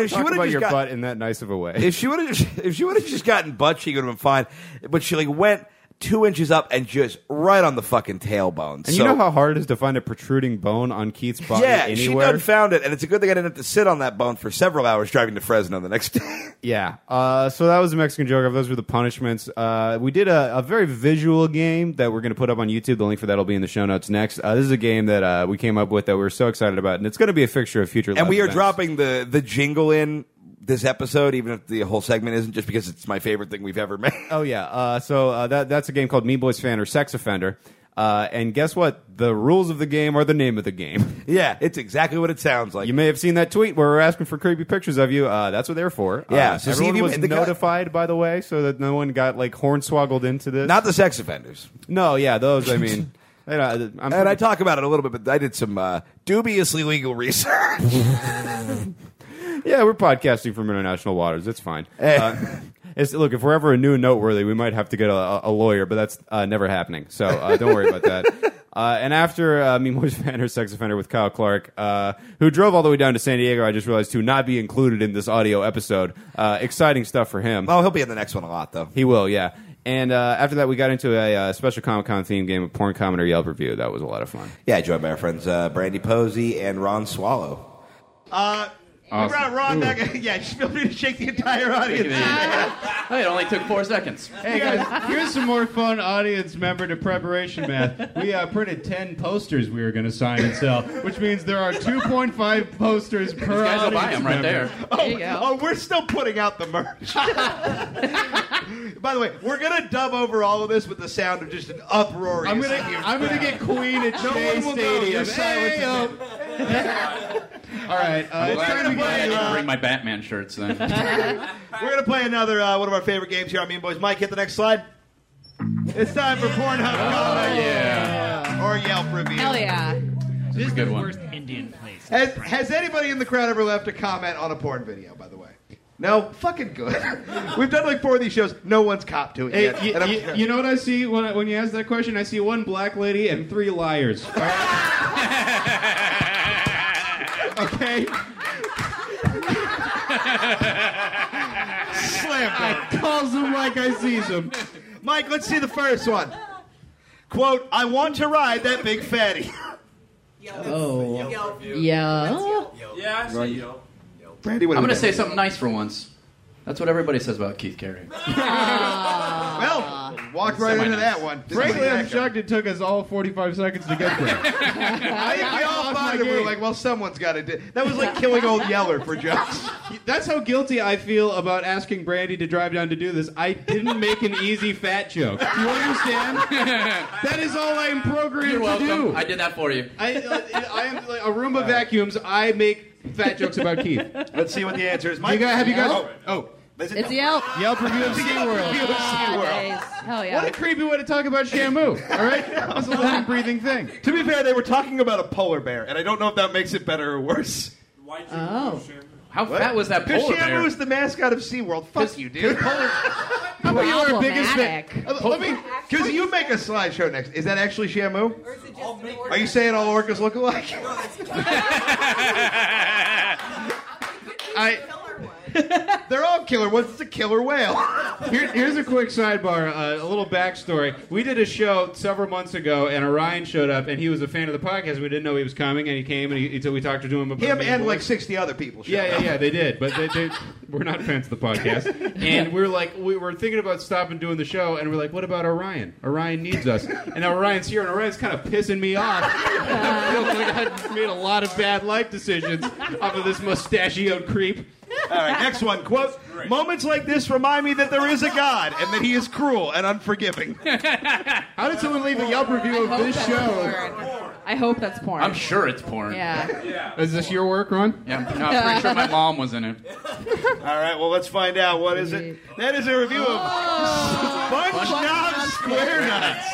Speaker 2: if she
Speaker 3: talk
Speaker 2: would have
Speaker 3: about
Speaker 2: just
Speaker 3: your
Speaker 2: got,
Speaker 3: butt in that nice of a way.
Speaker 2: if she would have if she would have just gotten butt, she would have been fine. But she like went two inches up and just right on the fucking tailbone.
Speaker 3: and
Speaker 2: so,
Speaker 3: you know how hard it is to find a protruding bone on Keith's body
Speaker 2: yeah, she
Speaker 3: anywhere.
Speaker 2: done found it, and it's a good thing I didn't have to sit on that bone for several hours driving to Fresno the next day.
Speaker 3: Yeah. Uh, so that was the Mexican joke. Those were the punishments. Uh, we did a, a very visual game that we're going to put up on YouTube. The link for that will be in the show notes next. Uh, this is a game that uh, we came up with that we were so excited about, and it's going to be a fixture of future.
Speaker 2: and
Speaker 3: live
Speaker 2: we are
Speaker 3: events.
Speaker 2: dropping the the jingle in this episode, even if the whole segment isn't, just because it's my favorite thing we've ever (laughs) made.
Speaker 3: Oh yeah. Uh, so uh, that that's a game called Me Boys Fan or Sex Offender. Uh, and guess what? The rules of the game are the name of the game. (laughs)
Speaker 2: yeah, it's exactly what it sounds like.
Speaker 3: You may have seen that tweet where we're asking for creepy pictures of you. Uh, that's what they're for.
Speaker 2: Yeah,
Speaker 3: Uh,
Speaker 2: so see if
Speaker 3: everyone
Speaker 2: you-
Speaker 3: was
Speaker 2: the guy-
Speaker 3: notified, by the way, so that no one got like hornswoggled into this.
Speaker 2: Not the sex offenders.
Speaker 3: No, yeah, those.
Speaker 2: (laughs)
Speaker 3: I mean, I don't- I'm
Speaker 2: And I talk about it a little bit, but I did some uh, dubiously legal research. (laughs)
Speaker 3: yeah, we're podcasting from international waters.
Speaker 2: (laughs)
Speaker 3: It's fine.
Speaker 2: Eh.
Speaker 3: Uh, it's, look, if we're ever a new and noteworthy, we might have to get a, a lawyer, but that's uh, never happening. So uh, don't worry
Speaker 2: (laughs)
Speaker 3: about that. Uh, and after uh, me, (laughs) Moise Van her sex offender with Kyle Clark, uh, who drove all the way down to San Diego, I just realized to not be included in this audio episode. Uh, exciting stuff for him.
Speaker 2: well, he'll be in the next one a lot, though.
Speaker 3: He will, yeah. And uh, after that, we got into a uh, special Comic Con theme game of porn commenter Yelp review. That was a lot of fun.
Speaker 2: Yeah, joined by our friends uh, Brandy Posey and Ron Swallow.
Speaker 6: We brought Uh, Ron back. Yeah, just feel free to shake the entire audience.
Speaker 9: Hey, it only took four seconds.
Speaker 11: Hey guys, here's some more fun audience member to preparation math. We uh, printed 10 posters we were going to sign and sell, which means there are 2.5 posters per
Speaker 9: You guys will
Speaker 11: audience
Speaker 9: buy them right
Speaker 11: member.
Speaker 9: there.
Speaker 6: Oh, oh, we're still putting out
Speaker 11: (laughs)
Speaker 6: the merch. By the way, we're gonna dub over all of this with the sound of just an uproarious.
Speaker 11: I'm gonna, I'm gonna get Queen at Shea
Speaker 6: one will know. Your
Speaker 11: Stadium.
Speaker 6: silence
Speaker 11: Hey,
Speaker 6: is
Speaker 11: yo. All right, uh, it's
Speaker 9: Glad
Speaker 11: time
Speaker 9: I'm
Speaker 11: to
Speaker 9: glad I
Speaker 11: get.
Speaker 9: didn't
Speaker 11: Uh,
Speaker 9: bring my Batman shirts then.
Speaker 6: We're gonna play another uh, one of our favorite games here on Mean Boys. Mike, hit the next slide. It's time for Pornhub
Speaker 11: Oh,
Speaker 6: comment or Yelp review.
Speaker 12: Hell yeah.
Speaker 11: this is
Speaker 9: Good
Speaker 11: the
Speaker 9: one.
Speaker 11: worst Indian place.
Speaker 6: Has, has anybody in the crowd ever left a comment on a porn video? By the way, no. Fucking good. (laughs) We've done like four of these shows. No one's cop to it
Speaker 11: Hey,
Speaker 6: yet.
Speaker 11: you,
Speaker 6: and I'm-
Speaker 11: you, you know what I see when, I, when you ask that question? I see one black lady and three liars. All
Speaker 6: (laughs)
Speaker 11: right? okay?
Speaker 6: slam dunk.
Speaker 11: Calls them like I sees them.
Speaker 6: Mike, let's see the first one. Quote: I want to ride that big fatty. (laughs)
Speaker 9: Oh.
Speaker 12: Yeah.
Speaker 1: Yeah, I see you.
Speaker 6: Brandy, what do
Speaker 9: I'm
Speaker 6: you
Speaker 9: gonna
Speaker 6: think?
Speaker 9: say something nice for once. That's what everybody says about Keith Carey.
Speaker 6: Well, walked right into that one. Didn't
Speaker 11: Frankly,
Speaker 6: see that
Speaker 11: I'm
Speaker 6: coming.
Speaker 11: shocked it took us all 45 seconds to get there.
Speaker 6: (laughs) I think we
Speaker 11: I
Speaker 6: all
Speaker 11: lost my
Speaker 6: thought it. We were
Speaker 11: game.
Speaker 6: like, well, someone's got to do. That was like killing old Yeller for jokes.
Speaker 11: (laughs) That's how guilty I feel about asking Brandy to drive down to do this. I didn't make an easy fat joke. Do you
Speaker 6: (laughs)
Speaker 11: understand? that is all I am programmed
Speaker 9: You're
Speaker 11: to
Speaker 9: welcome.
Speaker 11: do.
Speaker 9: I did that for you.
Speaker 11: I, uh, I am like a Roomba
Speaker 6: Uh,
Speaker 11: vacuums. I make fat jokes about Keith. You
Speaker 6: Let's see what the answer is. Mike,
Speaker 11: guys, have you guys? Oh,
Speaker 6: Oh,
Speaker 12: It's Yelp.
Speaker 11: Yelp
Speaker 6: (laughs)
Speaker 11: review of SeaWorld.
Speaker 12: Ah,
Speaker 6: SeaWorld.
Speaker 12: nice. Hell
Speaker 11: What a
Speaker 12: yeah.
Speaker 11: creepy way to talk about Shamu. All
Speaker 12: (laughs)
Speaker 11: right, that's a living, breathing thing.
Speaker 6: To be fair, they were talking about a polar bear, and I don't know if that makes it better or worse.
Speaker 1: Why'd you
Speaker 12: Oh.
Speaker 1: push him?
Speaker 9: How fat was that
Speaker 6: Because
Speaker 9: polar bear?
Speaker 6: Shamu is the mascot of SeaWorld. Fuck you, dude.
Speaker 12: (laughs)
Speaker 11: How about you, our biggest fan?
Speaker 12: Problematic.
Speaker 6: Uh, Let me, because you make a slideshow next. Is that actually Shamu?
Speaker 8: I'll make
Speaker 6: Are you saying all orcas look (laughs) alike?
Speaker 11: (laughs) I. (laughs)
Speaker 6: They're all killer ones. It's a killer (laughs) whale.
Speaker 11: Here, here's a quick sidebar, uh, a little backstory. We did a show several months ago, and Orion showed up, and he was a fan of the podcast. We didn't know he was coming, and he came, and he, he- we talked to him about
Speaker 6: Him
Speaker 11: being
Speaker 6: and like
Speaker 11: boys.
Speaker 6: sixty other people. showed
Speaker 11: Yeah, yeah,
Speaker 6: up.
Speaker 11: yeah, they did, but they, they we're not fans of the
Speaker 3: (laughs)
Speaker 11: podcast, and we are like, we were thinking about stopping doing the show, and we're like, what about Orion? Orion needs us, and now Orion's here, and Orion's kind of pissing me off. I feel like I made a lot of bad life decisions off of this mustachioed creep.
Speaker 6: All right, next one. Quote Moments like this remind me that there is a God and that he is cruel and unforgiving. How did someone leave a Yelp review
Speaker 12: I hope that's porn. I hope that's porn.
Speaker 13: I'm sure it's porn.
Speaker 12: Yeah.
Speaker 3: Is this your work, Ron?
Speaker 13: Yeah, I'm- no, I'm pretty sure my mom was in it. (laughs)
Speaker 6: All right, well, let's find out. What is it? That is a review of Sponge Knob Square Nuts.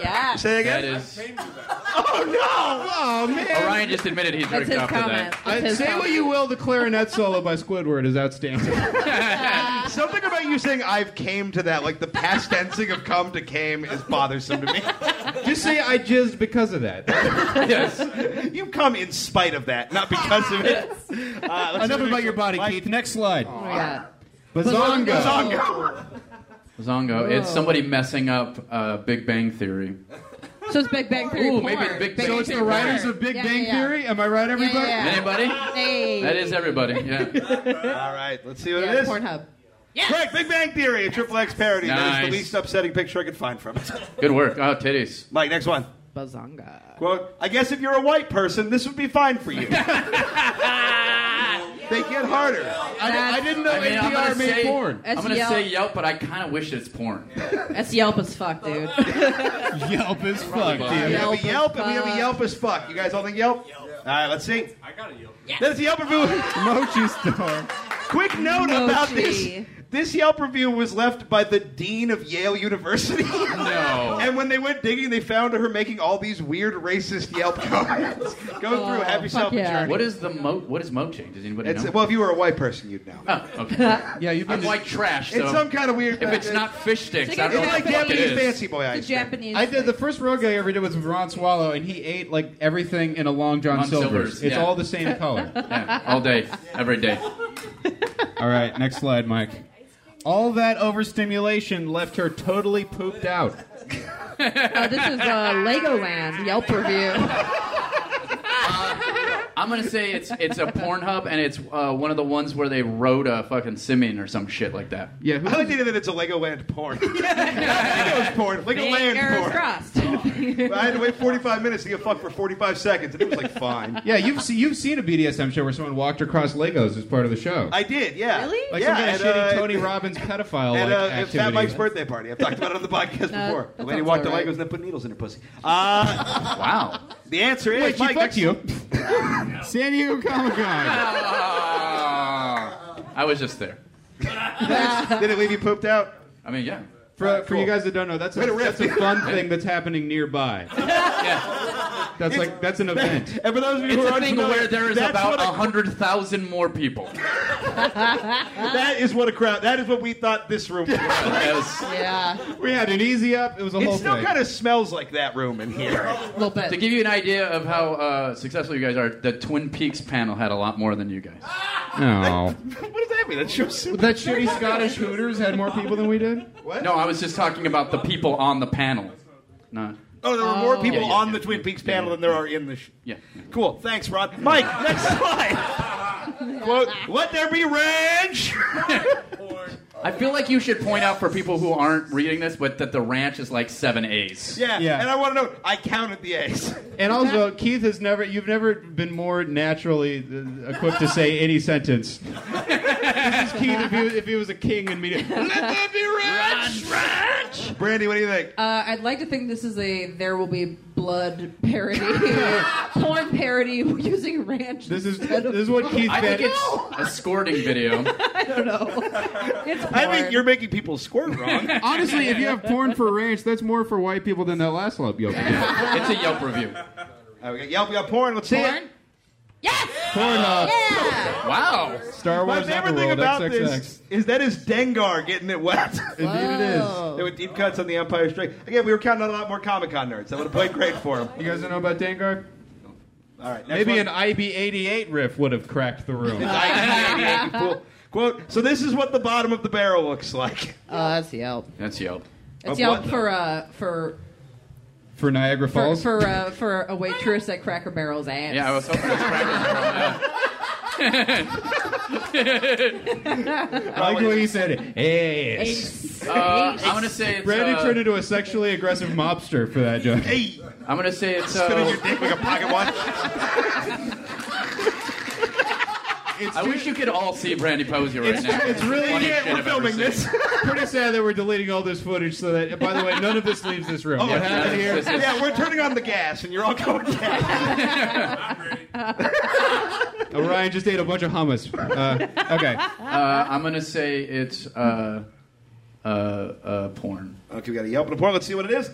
Speaker 12: Yeah.
Speaker 6: Say again?
Speaker 13: That is.
Speaker 6: Oh, no!
Speaker 3: Oh, man.
Speaker 13: Orion just admitted he's ripped up for that.
Speaker 3: Uh, say what you will, the clarinet solo by Squidward is outstanding.
Speaker 6: Something about you saying I've came to that, like the past tensing of come to came, is bothersome to me. (laughs)
Speaker 3: Just say I jizzed because of that.
Speaker 6: yes. You've come in spite of that, not because of it. Uh, let's
Speaker 3: Enough
Speaker 6: do-
Speaker 3: about your body, Keith. Next slide.
Speaker 12: Oh my God.
Speaker 3: Bazongo.
Speaker 6: Bazongo.
Speaker 13: Zongo.
Speaker 6: Oh.
Speaker 13: It's
Speaker 12: Whoa.
Speaker 13: somebody messing up uh, Big Bang Theory.
Speaker 12: So it's Big Bang Theory.
Speaker 13: Ooh,
Speaker 12: porn.
Speaker 13: maybe Big Bang
Speaker 3: So it's the
Speaker 13: Theory.
Speaker 3: writers of Big
Speaker 12: Yeah,
Speaker 3: Bang
Speaker 12: yeah, yeah.
Speaker 3: Theory. Am I right, everybody?
Speaker 12: yeah.
Speaker 13: Anybody?
Speaker 12: Hey.
Speaker 13: That is everybody. Yeah.
Speaker 6: All right, let's see what
Speaker 12: yeah,
Speaker 6: it is.
Speaker 12: Pornhub.
Speaker 6: Greg, Big Bang Theory, a triple X parody. That is
Speaker 13: Nice.
Speaker 6: the least upsetting picture I could find from it.
Speaker 13: Good work. Oh,
Speaker 6: (laughs)
Speaker 13: titties.
Speaker 6: Mike, next one.
Speaker 12: Bazanga.
Speaker 6: Quote, I guess if you're a white person, this would be fine for (laughs) you. they get harder.
Speaker 3: I, I didn't know
Speaker 13: I mean,
Speaker 3: NPR
Speaker 13: I'm gonna
Speaker 3: made
Speaker 13: say
Speaker 3: porn.
Speaker 13: I'm
Speaker 12: That's
Speaker 13: gonna
Speaker 12: Yelp.
Speaker 13: say Yelp, but I kind of wish it's porn.
Speaker 12: That's Yelp as fuck, dude.
Speaker 3: Yelp is fuck,
Speaker 13: Probably.
Speaker 3: dude.
Speaker 6: We have a Yelp
Speaker 12: Yelp
Speaker 6: and we
Speaker 12: as
Speaker 6: have a
Speaker 12: fuck.
Speaker 6: Yelp as fuck. You guys all think Yelp? All right, let's see. I got a Yelp. That's a Yelp review.
Speaker 3: Mochi store.
Speaker 6: Quick note
Speaker 12: Mochi.
Speaker 6: about this. This Yelp review was left by the dean of Yale University.
Speaker 13: No.
Speaker 6: and when they went digging, they found her making all these weird racist Yelp comments. Go through, have
Speaker 12: fuck
Speaker 6: yourself
Speaker 12: yeah.
Speaker 6: a journey.
Speaker 13: What is the mo? What is moching? Does anybody
Speaker 6: It's,
Speaker 13: know?
Speaker 6: well, if you were a white person, you'd know.
Speaker 13: oh,
Speaker 6: (laughs)
Speaker 13: okay.
Speaker 3: Yeah, you've been
Speaker 13: I'm like trash. So
Speaker 6: It's some kind of weird.
Speaker 13: if it's not fish sticks, I
Speaker 6: (laughs)
Speaker 12: It's
Speaker 13: don't know
Speaker 6: it's
Speaker 13: what
Speaker 6: like
Speaker 13: the fuck it
Speaker 6: Japanese
Speaker 13: is.
Speaker 6: fancy boy
Speaker 12: The
Speaker 6: ice. cream.
Speaker 12: Japanese.
Speaker 3: I did the first rogue I ever did was with Ron Swallow, and he ate like everything in a Long John
Speaker 13: Ron
Speaker 3: Silver's.
Speaker 13: Silver's,
Speaker 3: It's
Speaker 13: yeah.
Speaker 3: all the
Speaker 13: (laughs)
Speaker 3: same color.
Speaker 13: Yeah, all day, every day.
Speaker 3: all right, next slide, Mike. All that overstimulation left her totally pooped out.
Speaker 12: Oh, this is uh, Legoland Yelp review.
Speaker 13: I'm gonna say it's it's a Pornhub, and it's uh, one of the ones where they rode a fucking simian or some shit like that.
Speaker 3: Yeah, who
Speaker 6: I like the idea that it's a Legoland
Speaker 3: (laughs)
Speaker 6: porn. (laughs) Lego's porn. Legoland
Speaker 12: Fingers
Speaker 6: porn.
Speaker 12: crossed.
Speaker 6: But I had to wait 45 minutes to get fucked for 45 seconds, and it was like fine.
Speaker 3: Yeah, you've se- you've seen a BDSM show where someone walked across Legos as part of the show.
Speaker 6: (laughs) I did, yeah.
Speaker 12: Really?
Speaker 3: like
Speaker 6: yeah,
Speaker 3: some kind of shitty Tony Robbins pedophile
Speaker 6: at,
Speaker 3: like
Speaker 6: uh, at
Speaker 3: activity.
Speaker 6: Fat Mike's birthday party. I've talked about it on the podcast
Speaker 12: No,
Speaker 6: before.
Speaker 12: that
Speaker 6: The lady
Speaker 12: sounds
Speaker 6: walked
Speaker 12: all right.
Speaker 6: to Legos and then put needles in her pussy. Uh,
Speaker 13: Wow.
Speaker 6: the answer is
Speaker 3: Wait, she
Speaker 6: Mike,
Speaker 3: fucked you.
Speaker 6: (laughs)
Speaker 3: San Diego Comic Con.
Speaker 13: Ah, I was just there.
Speaker 6: Did it leave you pooped out?
Speaker 13: I mean, yeah.
Speaker 3: For, for you guys that don't know, that's a,
Speaker 6: Way to riff.
Speaker 3: that's a
Speaker 6: (laughs)
Speaker 3: fun thing that's happening nearby. That's like that's an
Speaker 6: (laughs)
Speaker 3: event.
Speaker 6: And for those of you
Speaker 13: It's
Speaker 6: who
Speaker 13: a
Speaker 6: are
Speaker 13: thing
Speaker 6: unfamiliar,
Speaker 13: where there is
Speaker 6: that's
Speaker 13: about
Speaker 6: what a-
Speaker 13: hundred thousand more people.
Speaker 6: that is what a crowd. That is what we thought this room was.
Speaker 13: Yes.
Speaker 12: (laughs) yeah,
Speaker 3: We had an easy up. It was a
Speaker 6: it
Speaker 3: whole
Speaker 6: still
Speaker 3: thing.
Speaker 6: kind
Speaker 3: (laughs)
Speaker 6: of smells like that room in here.
Speaker 12: a little bit.
Speaker 13: To give you an idea of how uh, successful you guys are, the Twin Peaks panel had a lot more than you guys.
Speaker 3: No.
Speaker 6: what does (laughs) that mean? That's your super.
Speaker 3: that shitty Scottish Hooters had more people than we did.
Speaker 13: No, I was just talking about the people on the panel. No.
Speaker 6: Oh, there were more people
Speaker 13: Yeah, yeah,
Speaker 6: on
Speaker 13: yeah,
Speaker 6: the Twin Peaks panel than there are in the. Sh-
Speaker 13: Yeah. yeah.
Speaker 6: Cool. Thanks, Rod. Mike, next slide. (laughs) Quote, let there be ranch.
Speaker 13: I feel like you should point out for people who aren't reading this, but that the ranch is like seven A's.
Speaker 6: Yeah.
Speaker 3: Yeah.
Speaker 6: And I want to know, I counted the A's.
Speaker 3: And also, Keith has never. You've never been more naturally uh, equipped to say any sentence. this is Keith if he, if he was a king in media. Let that be ranch, ranch.
Speaker 6: Brandy, what do you think?
Speaker 12: Uh, I'd like to think this is a there will be blood parody, (laughs) porn parody using ranch.
Speaker 3: This is
Speaker 12: instead of
Speaker 3: this is what Keith.
Speaker 13: I think
Speaker 3: Van-
Speaker 13: it's a squirting video.
Speaker 12: I don't know. It's porn.
Speaker 6: I think you're making people squirt wrong.
Speaker 3: Honestly, if you have porn for ranch, that's more for white people than that last love yoke.
Speaker 13: It's a Yelp review.
Speaker 6: All right, we got Yelp, we got porn. Let's see it.
Speaker 12: yes.
Speaker 3: Pornhub.
Speaker 12: Yeah.
Speaker 13: Wow.
Speaker 3: Star
Speaker 6: My
Speaker 3: Wars
Speaker 6: favorite thing
Speaker 3: Underworld.
Speaker 6: about
Speaker 3: XXX.
Speaker 6: this is that is Dengar getting it wet. (laughs)
Speaker 3: Indeed, it is.
Speaker 6: there were deep cuts on the Empire Strike. Again, we were counting on a lot more Comic Con nerds. That would have played great for them.
Speaker 3: You guys don't know about Dangar?
Speaker 6: All right, next
Speaker 3: Maybe
Speaker 6: one.
Speaker 3: an IB88 riff would have cracked the room.
Speaker 11: uh-huh.
Speaker 6: Cool. Quote, so this is what the bottom of the barrel looks like. (laughs)
Speaker 12: Oh, that's Yelp.
Speaker 13: That's Yelp.
Speaker 12: It's
Speaker 6: Of
Speaker 12: Yelp
Speaker 6: what,
Speaker 12: for uh for
Speaker 3: For Niagara
Speaker 12: for
Speaker 3: Falls?
Speaker 12: for, uh, for a waitress at Cracker Barrel's ass.
Speaker 13: Yeah, I was hoping it was crackers.
Speaker 3: I like the way you said it. Hey.
Speaker 12: Ace.
Speaker 13: Uh, I'm gonna say it's.
Speaker 3: Brandon
Speaker 13: uh,
Speaker 3: turned into a sexually aggressive mobster for that joke.
Speaker 6: Hey,
Speaker 13: I'm gonna say it's.
Speaker 6: (laughs) spinning your
Speaker 13: Uh,
Speaker 6: dick like a pocket watch.
Speaker 3: It's
Speaker 11: It's
Speaker 13: I
Speaker 11: too-
Speaker 13: wish you could all see Brandy Posey right
Speaker 11: It's,
Speaker 13: now.
Speaker 11: it's really
Speaker 13: Funny
Speaker 11: yeah,
Speaker 13: shit
Speaker 11: we're
Speaker 13: I've ever
Speaker 11: filming
Speaker 13: seen.
Speaker 11: this. Pretty sad that we're deleting all this footage so that, Uh, by the way, none of this leaves this room.
Speaker 6: Oh,
Speaker 11: what
Speaker 6: yeah,
Speaker 11: happened here?
Speaker 6: yeah, we're turning on the gas, and you're all going down.
Speaker 11: Oh, Ryan just ate a bunch of hummus. Uh, okay.
Speaker 13: Uh, I'm gonna say it's uh, uh, uh, porn.
Speaker 6: Okay, we got a Yelp and a porn. Let's see what it is.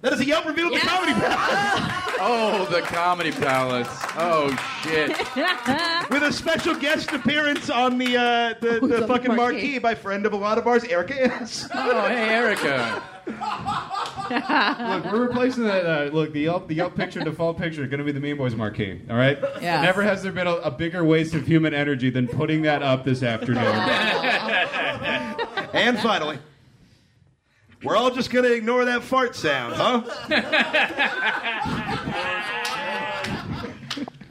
Speaker 6: That is a Yelp reveal of the comedy
Speaker 13: Oh, the Comedy Palace. Oh shit.
Speaker 6: With a special guest appearance on the uh, the, the fucking marquee. (laughs) by friend of a lot of ours, Erica Innes.
Speaker 13: Oh, hey, Erica.
Speaker 11: look, we're replacing that. Uh, look, the Yelp, the Yelp picture, default picture, is going to be the Mean Boys marquee. All right.
Speaker 12: Yeah.
Speaker 11: Never has there been a, a bigger waste of human energy than putting that up this afternoon.
Speaker 6: and finally, we're all just gonna ignore that fart sound,
Speaker 11: (laughs)
Speaker 6: huh?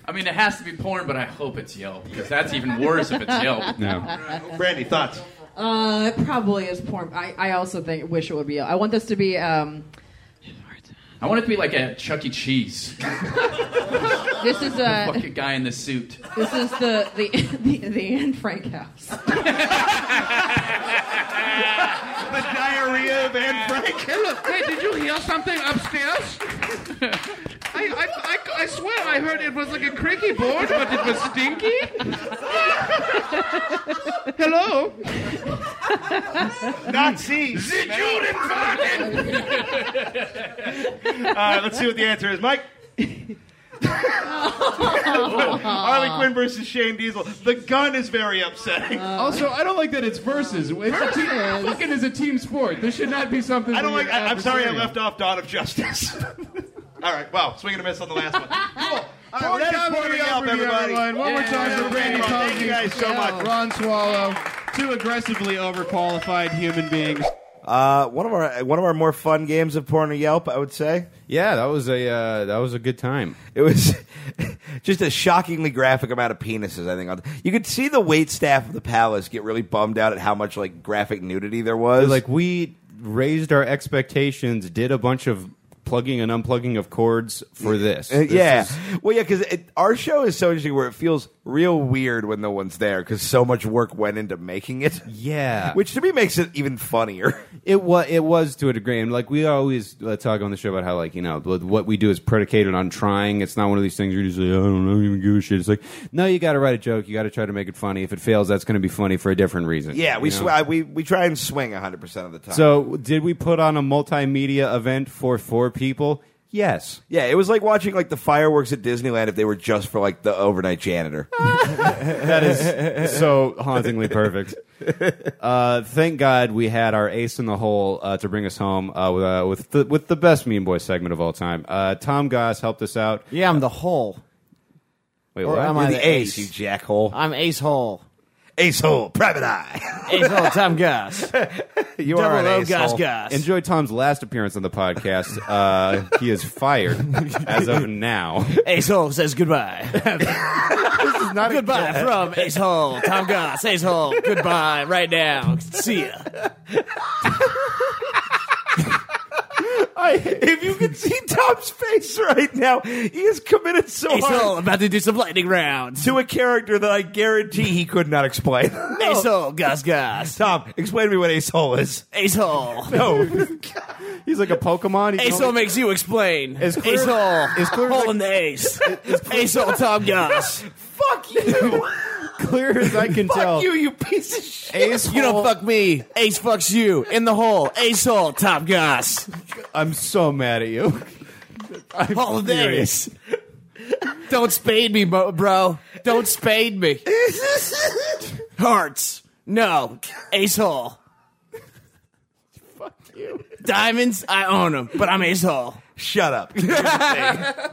Speaker 13: I mean, it has to be porn, but I hope it's Yelp because that's even worse if it's Yelp.
Speaker 12: No.
Speaker 6: Brandy, thoughts?
Speaker 12: Uh, it probably is porn. I, I also think wish it would be. I want this to be. Um,
Speaker 13: I want it to be like a Chuck E. Cheese.
Speaker 12: this is
Speaker 13: the (laughs)
Speaker 12: a.
Speaker 13: fucking guy in the suit.
Speaker 12: This is the the (laughs) the, the Anne Frank house.
Speaker 6: the diarrhea of Anne Frank.
Speaker 10: Hey, look, hey, did you hear something upstairs? I, I, I, I swear I heard it was like a creaky board, but it was stinky. Hello?
Speaker 6: Nazi.
Speaker 10: The Juden
Speaker 6: All right, let's see what the answer is, Mike. Harley Quinn versus Shane Diesel. The gun is very upsetting.
Speaker 11: also, I don't like that it's versus. It's a team,
Speaker 6: Versus.
Speaker 11: fucking is a team sport. This should not be something.
Speaker 6: I don't
Speaker 11: where
Speaker 6: like.
Speaker 11: you're
Speaker 6: I, I'm sorry, I
Speaker 11: adversarial.
Speaker 6: left off Dawn of Justice. All right, wow, swing and a miss on the last one. Cool. All right, well, that is
Speaker 11: Comedy
Speaker 6: Porn
Speaker 11: Up,
Speaker 6: Up, everybody.
Speaker 11: everyone. One more time for Brandy Posey.
Speaker 6: Thank you guys so much.
Speaker 11: Ron Swallow, two aggressively overqualified human beings.
Speaker 2: Uh, one of our one of our more fun games of porn or Yelp, I would say.
Speaker 3: Yeah, that was a uh, that was a good time.
Speaker 2: It was (laughs) just a shockingly graphic amount of penises. I think on- you could see the wait staff of the palace get really bummed out at how much like graphic nudity there was.
Speaker 3: Like we raised our expectations, did a bunch of plugging and unplugging of cords for this.
Speaker 2: Uh,
Speaker 3: This
Speaker 2: yeah.
Speaker 3: is-
Speaker 2: Well, yeah, because our show is so interesting where it feels real weird when no one's there because so much work went into making it. (laughs)
Speaker 3: Yeah.
Speaker 2: Which to me makes it even funnier. (laughs)
Speaker 3: It was it was to a degree, and like we always uh, talk on the show about how like you know what what we do is predicated on trying. It's not one of these things where you just like I don't know, I don't even give a shit. It's like no, you got to write a joke, you got to try to make it funny. If it fails, that's going to be funny for a different reason.
Speaker 2: Yeah, we
Speaker 3: you know?
Speaker 2: sw- we we try and swing hundred percent of the time.
Speaker 3: So did we put on a multimedia event for four people? Yes.
Speaker 2: yeah, it was like watching like the fireworks at Disneyland if they were just for like the overnight janitor.
Speaker 3: that is
Speaker 2: (laughs)
Speaker 3: so hauntingly perfect. Uh, thank God we had our ace in the hole uh, to bring us home uh, with, uh, with the with the best Mean Boy segment of all time. Uh, Tom Goss helped us out.
Speaker 4: Yeah, I'm the hole.
Speaker 3: Wait,
Speaker 4: Or
Speaker 3: what?
Speaker 4: am I the ace?
Speaker 2: jackhole.
Speaker 4: I'm ace hole.
Speaker 2: Ace hole, private eye.
Speaker 4: Ace hole, Tom (laughs) Goss.
Speaker 2: you
Speaker 4: Double O Goss Goss.
Speaker 3: Enjoy Tom's last appearance on the podcast. Uh, he is fired as of now.
Speaker 4: Ace hole says (laughs) goodbye. this is
Speaker 3: not
Speaker 4: (laughs) goodbye from Ace hole, Tom Goss, Ace hole. Goodbye right now. See ya.
Speaker 2: (laughs) if you could see Tom's face right now, he is committed so
Speaker 4: Ace
Speaker 2: hard
Speaker 4: hole about to do some lightning rounds.
Speaker 2: to a character that I guarantee he could not explain.
Speaker 4: Ace hole, Goss Goss.
Speaker 2: Tom, explain to me what ace hole is.
Speaker 4: Ace hole.
Speaker 2: No,
Speaker 3: He's like a Pokemon. He's
Speaker 4: Ace hole makes you explain.
Speaker 3: Is clear-
Speaker 4: ace hole.
Speaker 3: is clear-
Speaker 4: hole in the ace. Ace hole, Tom Goss.
Speaker 2: fuck you.
Speaker 3: clear as I can tell.
Speaker 2: fuck you, you piece of shit.
Speaker 3: Ace
Speaker 4: You
Speaker 3: hole-
Speaker 4: don't fuck me. Ace fucks you. In the hole. Ace hole, Tom Goss.
Speaker 3: I'm so mad at you. I'm
Speaker 4: Hole in the
Speaker 3: furious.
Speaker 4: ace. Don't spade me, mo- bro. Don't spade me. (laughs) Hearts. No. Ace hole. Fuck you. Diamonds, I own them, but I'm ace hole.
Speaker 2: Shut up.
Speaker 3: (laughs)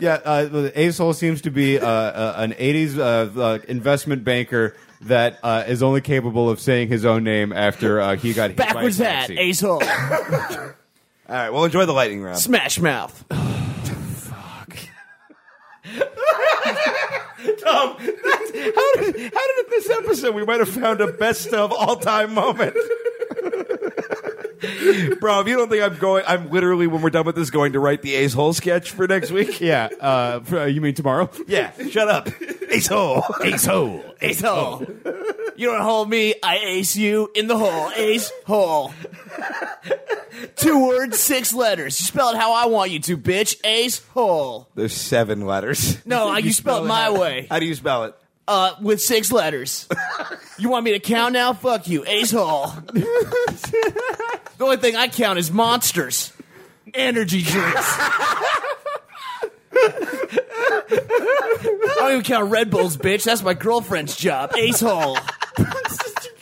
Speaker 3: Yeah, uh, the Ace Hole seems to be uh, uh, an 80s uh, uh, investment banker that uh, is only capable of saying his own name after uh, he got hit
Speaker 4: Backwards
Speaker 3: by a
Speaker 4: hat,
Speaker 3: taxi.
Speaker 4: ace hole.
Speaker 2: All right, well, enjoy the lightning round.
Speaker 4: Smash mouth.
Speaker 2: Tom, that's, how did how did in this episode we might have found a best of all time moment? Bro, if you don't think I'm going, I'm literally when we're done with this going to write the ace hole sketch for next week.
Speaker 3: Yeah, uh, for- uh, you mean tomorrow?
Speaker 2: Yeah, shut up. Ace hole.
Speaker 14: Ace hole.
Speaker 4: Ace hole. You don't hold me, I ace you in the hole. Ace hole. Two words, six letters. You spell it how I want you to, bitch. Ace hole.
Speaker 2: There's seven letters.
Speaker 4: No, you, you spell it my
Speaker 2: how-
Speaker 4: way.
Speaker 2: How do you spell it?
Speaker 4: Uh, with six letters. you want me to count now? Fuck you, ace hole. the only thing I count is monsters, energy drinks. I don't even count Red Bulls, bitch. That's my girlfriend's job. Ace hole.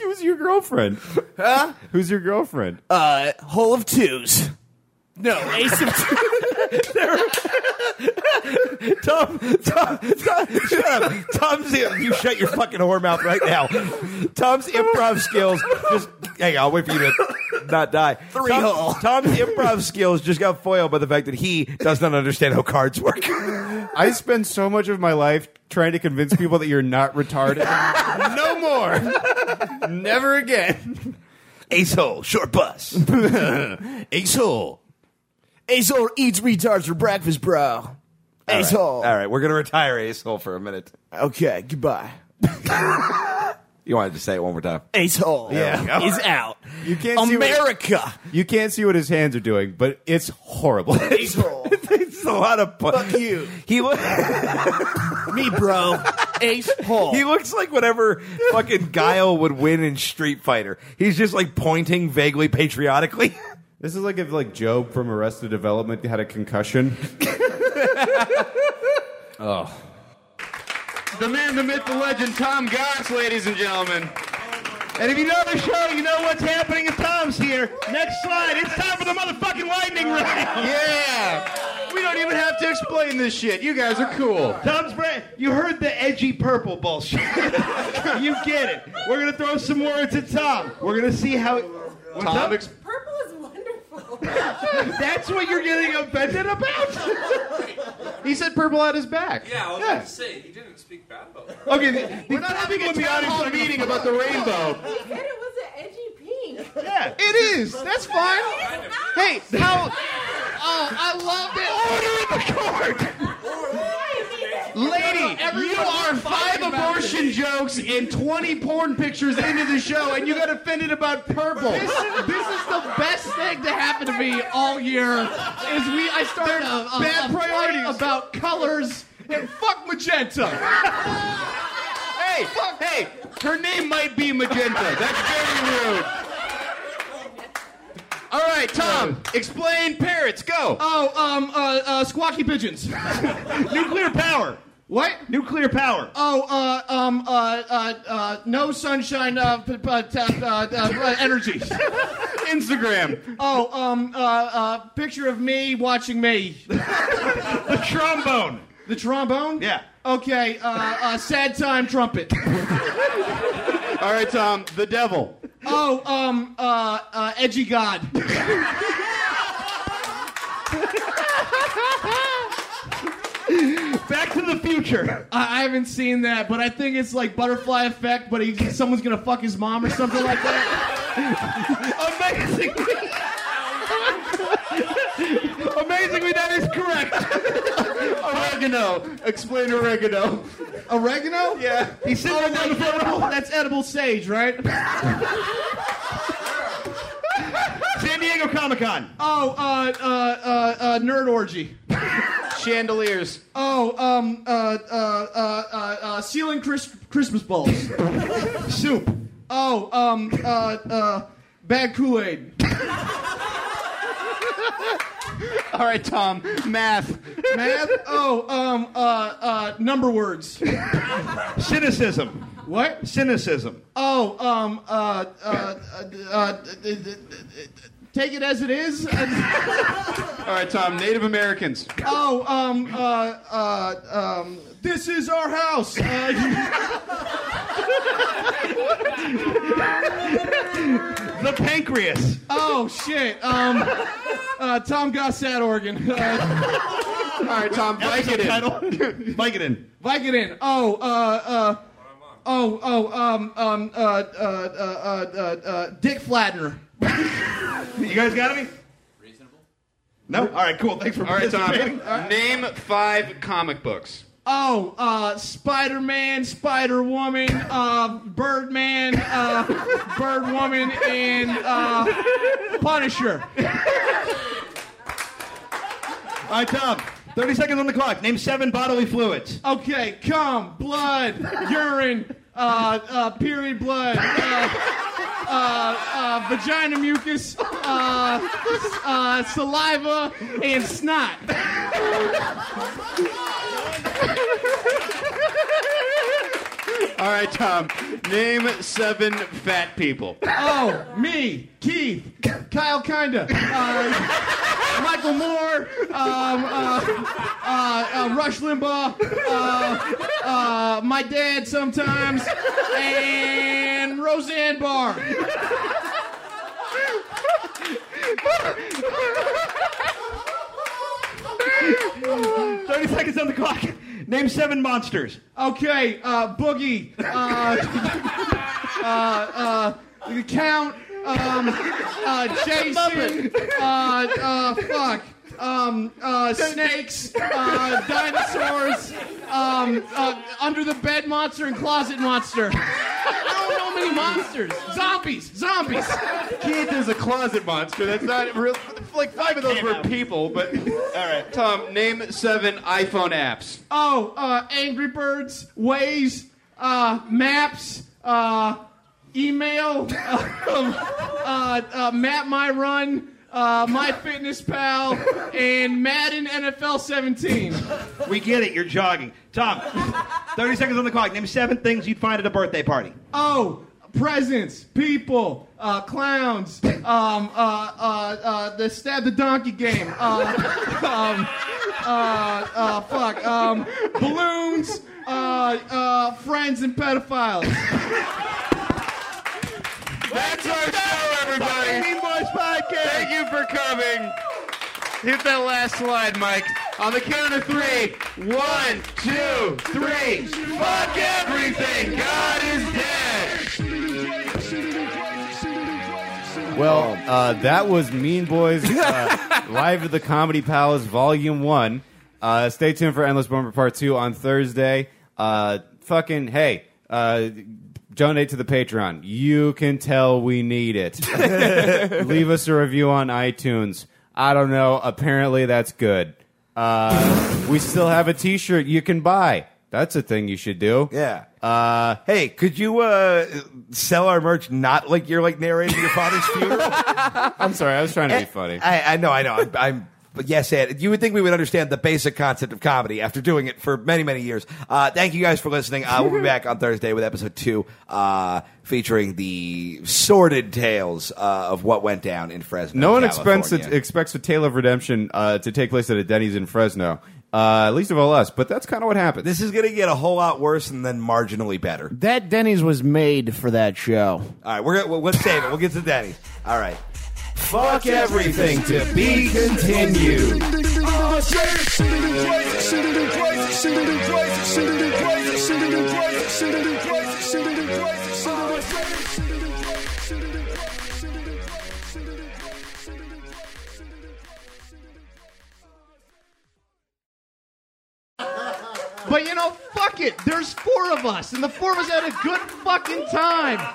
Speaker 15: Who's your girlfriend?
Speaker 4: Huh?
Speaker 15: Who's your girlfriend?
Speaker 4: Uh, hole of twos. No, ace of twos.
Speaker 2: Tom, Tom, Tom, shut up. Tom's, you shut your fucking whore mouth right now. Tom's improv skills just, hang on, I'll wait for you to not die.
Speaker 4: Three
Speaker 2: Tom-
Speaker 4: hole.
Speaker 2: Tom's improv skills just got foiled by the fact that he does not understand how cards work.
Speaker 15: I spend so much of my life trying to convince people that you're not retarded. no more. Never again.
Speaker 2: Ace hole, short
Speaker 4: (laughs)
Speaker 2: bus.
Speaker 4: ace hole. Ace hole eats retards for breakfast, bro. Ace hole.
Speaker 2: All right, we're going to retire Ace Hole for a minute.
Speaker 4: Okay, goodbye.
Speaker 2: (laughs) You wanted to say it one more time.
Speaker 4: Ace hole.
Speaker 15: There we go.
Speaker 4: is out.
Speaker 15: You can't see what-
Speaker 4: America.
Speaker 15: You can't see what his hands are doing, but it's
Speaker 4: (laughs)
Speaker 15: horrible.
Speaker 4: Ace hole.
Speaker 2: it's a lot of fun.
Speaker 4: Fuck you.
Speaker 2: He was
Speaker 4: (laughs) me, bro. Ace hole.
Speaker 2: He looks like whatever fucking Guile would win in Street Fighter. He's just like pointing vaguely patriotically. (laughs)
Speaker 15: This is like if like Job from Arrested Development had a
Speaker 4: (laughs)
Speaker 15: concussion. oh.
Speaker 3: The man, the myth, the legend, Tom Goss, ladies and gentlemen. And if you know the show, you know what's happening if Tom's here. Next slide. It's time for the motherfucking lightning round. Yeah. We don't even have to explain this shit. You guys are cool. Tom's brand. You heard the edgy purple bullshit. you get it. We're going to throw some words at Tom. We're going to see how. What's
Speaker 8: Tom
Speaker 3: up?
Speaker 8: Purple is (laughs) wonderful.
Speaker 3: That's what you're getting offended about? he said purple at his back.
Speaker 1: Yeah, I was
Speaker 3: Yeah.
Speaker 1: gonna say he didn't speak bad about it.
Speaker 3: Okay, the, we're not having in the audience a meeting about the rainbow.
Speaker 8: He said it was an edgy pink.
Speaker 3: Yeah, it is. That's fine. Hey, how? Oh, I love it. Order in the court. Lady, you are five abortion jokes and 20 porn pictures into the show, and you got offended about purple.
Speaker 13: This, this is the best thing to happen to me all year. Is we I started a, a,
Speaker 3: bad
Speaker 13: a fight
Speaker 3: priorities.
Speaker 13: about colors and fuck magenta.
Speaker 3: hey, hey, her name might be Magenta. That's very rude. All right, Tom, explain parrots. Go.
Speaker 13: Oh, um, uh, uh, squawky pigeons.
Speaker 3: Nuclear power. What? Nuclear power.
Speaker 13: Oh, uh, um, uh, uh, uh, no sunshine, uh, p- p- uh, t- uh, uh, uh, energy.
Speaker 3: Instagram.
Speaker 13: Oh, um, uh, uh, picture of me watching me. the
Speaker 3: trombone.
Speaker 13: The trombone?
Speaker 3: Yeah.
Speaker 13: Okay, uh, uh, sad time trumpet.
Speaker 3: All right, Tom, the devil.
Speaker 13: Oh, um, uh, uh, edgy god. (laughs)
Speaker 3: Back to the future.
Speaker 13: I, I haven't seen that, but I think it's like butterfly effect. But he, someone's gonna fuck his mom or something like
Speaker 3: (laughs)
Speaker 13: that. Amazing.
Speaker 3: Amazingly, that is correct. (laughs) oregano. Explain oregano.
Speaker 13: Oregano?
Speaker 3: Yeah. He's sitting
Speaker 13: oh,
Speaker 3: right down
Speaker 13: like
Speaker 3: the front
Speaker 13: edible-
Speaker 3: row.
Speaker 13: That's edible sage, right?
Speaker 3: San Diego Comic Con.
Speaker 13: Oh, uh, uh, uh, uh, nerd orgy.
Speaker 3: Chandeliers.
Speaker 13: Oh, um, uh, uh, uh, uh, uh ceiling Chris- Christmas balls.
Speaker 3: Soup.
Speaker 13: Oh, um, uh, uh, bad Kool Aid.
Speaker 3: All right, Tom. Math.
Speaker 13: Math? Oh, um, uh, uh, number words.
Speaker 3: Cynicism.
Speaker 13: What?
Speaker 3: Cynicism.
Speaker 13: Oh, um, uh, uh, uh, uh, d- d- d- d- take it as it is.
Speaker 3: All right, Tom. Native Americans.
Speaker 13: oh, um, uh, uh, um, this is our house. Uh,
Speaker 3: The pancreas.
Speaker 13: oh shit. Um, uh, Tom got sad organ. Uh,
Speaker 3: All right, Tom. Vicodin. Vicodin.
Speaker 13: Vicodin. Oh, uh, uh. Oh, oh, um, um, uh, uh, uh, uh, uh, uh, Dick Flattener.
Speaker 3: You guys got any? Reasonable. No. All right. Cool. Thanks for
Speaker 13: All right, Tom.
Speaker 3: participating. Name five comic books.
Speaker 13: Oh, uh, Spider Man, Spider Woman, uh, Birdman, uh, Bird Woman, and uh, Punisher.
Speaker 6: All right, Tom. 30 seconds on the clock. Name seven bodily fluids.
Speaker 11: Oh.
Speaker 13: Okay, cum, blood, urine, uh, uh, period blood, uh, uh, uh, vagina mucus, uh, uh, saliva, and snot.
Speaker 11: All right, Tom. Name seven fat people.
Speaker 13: Oh, me, Keith, Kyle Kinda, uh, Michael Moore, um, uh, uh, uh, Rush Limbaugh, uh, uh, my dad sometimes, and Roseanne Barr.
Speaker 6: Thirty seconds on the clock. Name seven monsters.
Speaker 13: Okay, uh, Boogie, uh, uh, uh, the Count, um,
Speaker 11: (laughs)
Speaker 13: uh, Jason, uh, uh, fuck, um, uh, snakes, uh, dinosaurs, um, uh, under the bed monster and closet monster. I don't know many monsters. Zombies, zombies.
Speaker 11: Keith is a closet monster. That's not real. Like five of those were people, but all right. Tom, name seven iPhone apps.
Speaker 13: Oh, uh, Angry Birds, Waze, uh, Maps, uh, email, (laughs) um, uh, uh, Map My Run, uh, My Fitness Pal, and Madden NFL 17.
Speaker 6: We get it. You're jogging.
Speaker 11: (laughs)
Speaker 6: Tom. Thirty seconds on the clock. Name seven things you'd find at a birthday party.
Speaker 13: Oh, presents, people, uh, clowns, um, uh, uh, uh, the stab the donkey game, uh, um, uh, uh, fuck, um, balloons, uh, uh, friends and pedophiles.
Speaker 11: That's our show, everybody. Thank you for coming. Hit that last slide, Mike. On the count of three. One, two, three. Fuck everything. God is dead.
Speaker 3: Well, uh, that was Mean Boys uh, live at the Comedy Palace, Volume One. Uh, stay tuned for Endless Bumper Part Two on Thursday. Uh, fucking hey, uh, donate to the Patreon. You can tell we need it. Leave us a review on iTunes. I don't know. Apparently, that's good. Uh, we still have a T-shirt you can buy. That's a thing you should do.
Speaker 2: Yeah.
Speaker 3: Uh,
Speaker 2: hey, could you uh, sell our merch not like you're like narrating your father's
Speaker 3: (laughs)
Speaker 2: funeral?
Speaker 3: I'm sorry. I was trying to
Speaker 2: Eh.
Speaker 3: be funny.
Speaker 2: I, I know, I know. I'm, I'm but yes, Ed, you would think we would understand the basic concept of comedy after doing it for many, many years. Uh, thank you guys for listening. Uh, we'll be back on Thursday with episode two, uh, featuring the sordid tales uh, of what went down in Fresno.
Speaker 3: No one expects
Speaker 2: California.
Speaker 3: a, expects a tale of redemption uh, to take place at a Denny's in Fresno. Uh, least of all us, but that's kind of what happened.
Speaker 2: This is going to get a whole lot worse and then marginally better.
Speaker 4: That Denny's was made for that show.
Speaker 2: All right, we're gonna, well, let's save it. We'll get to Denny. All right. Fuck everything to be continued.
Speaker 13: But you know, fuck it. There's four of us, and the four of us had a good fucking time.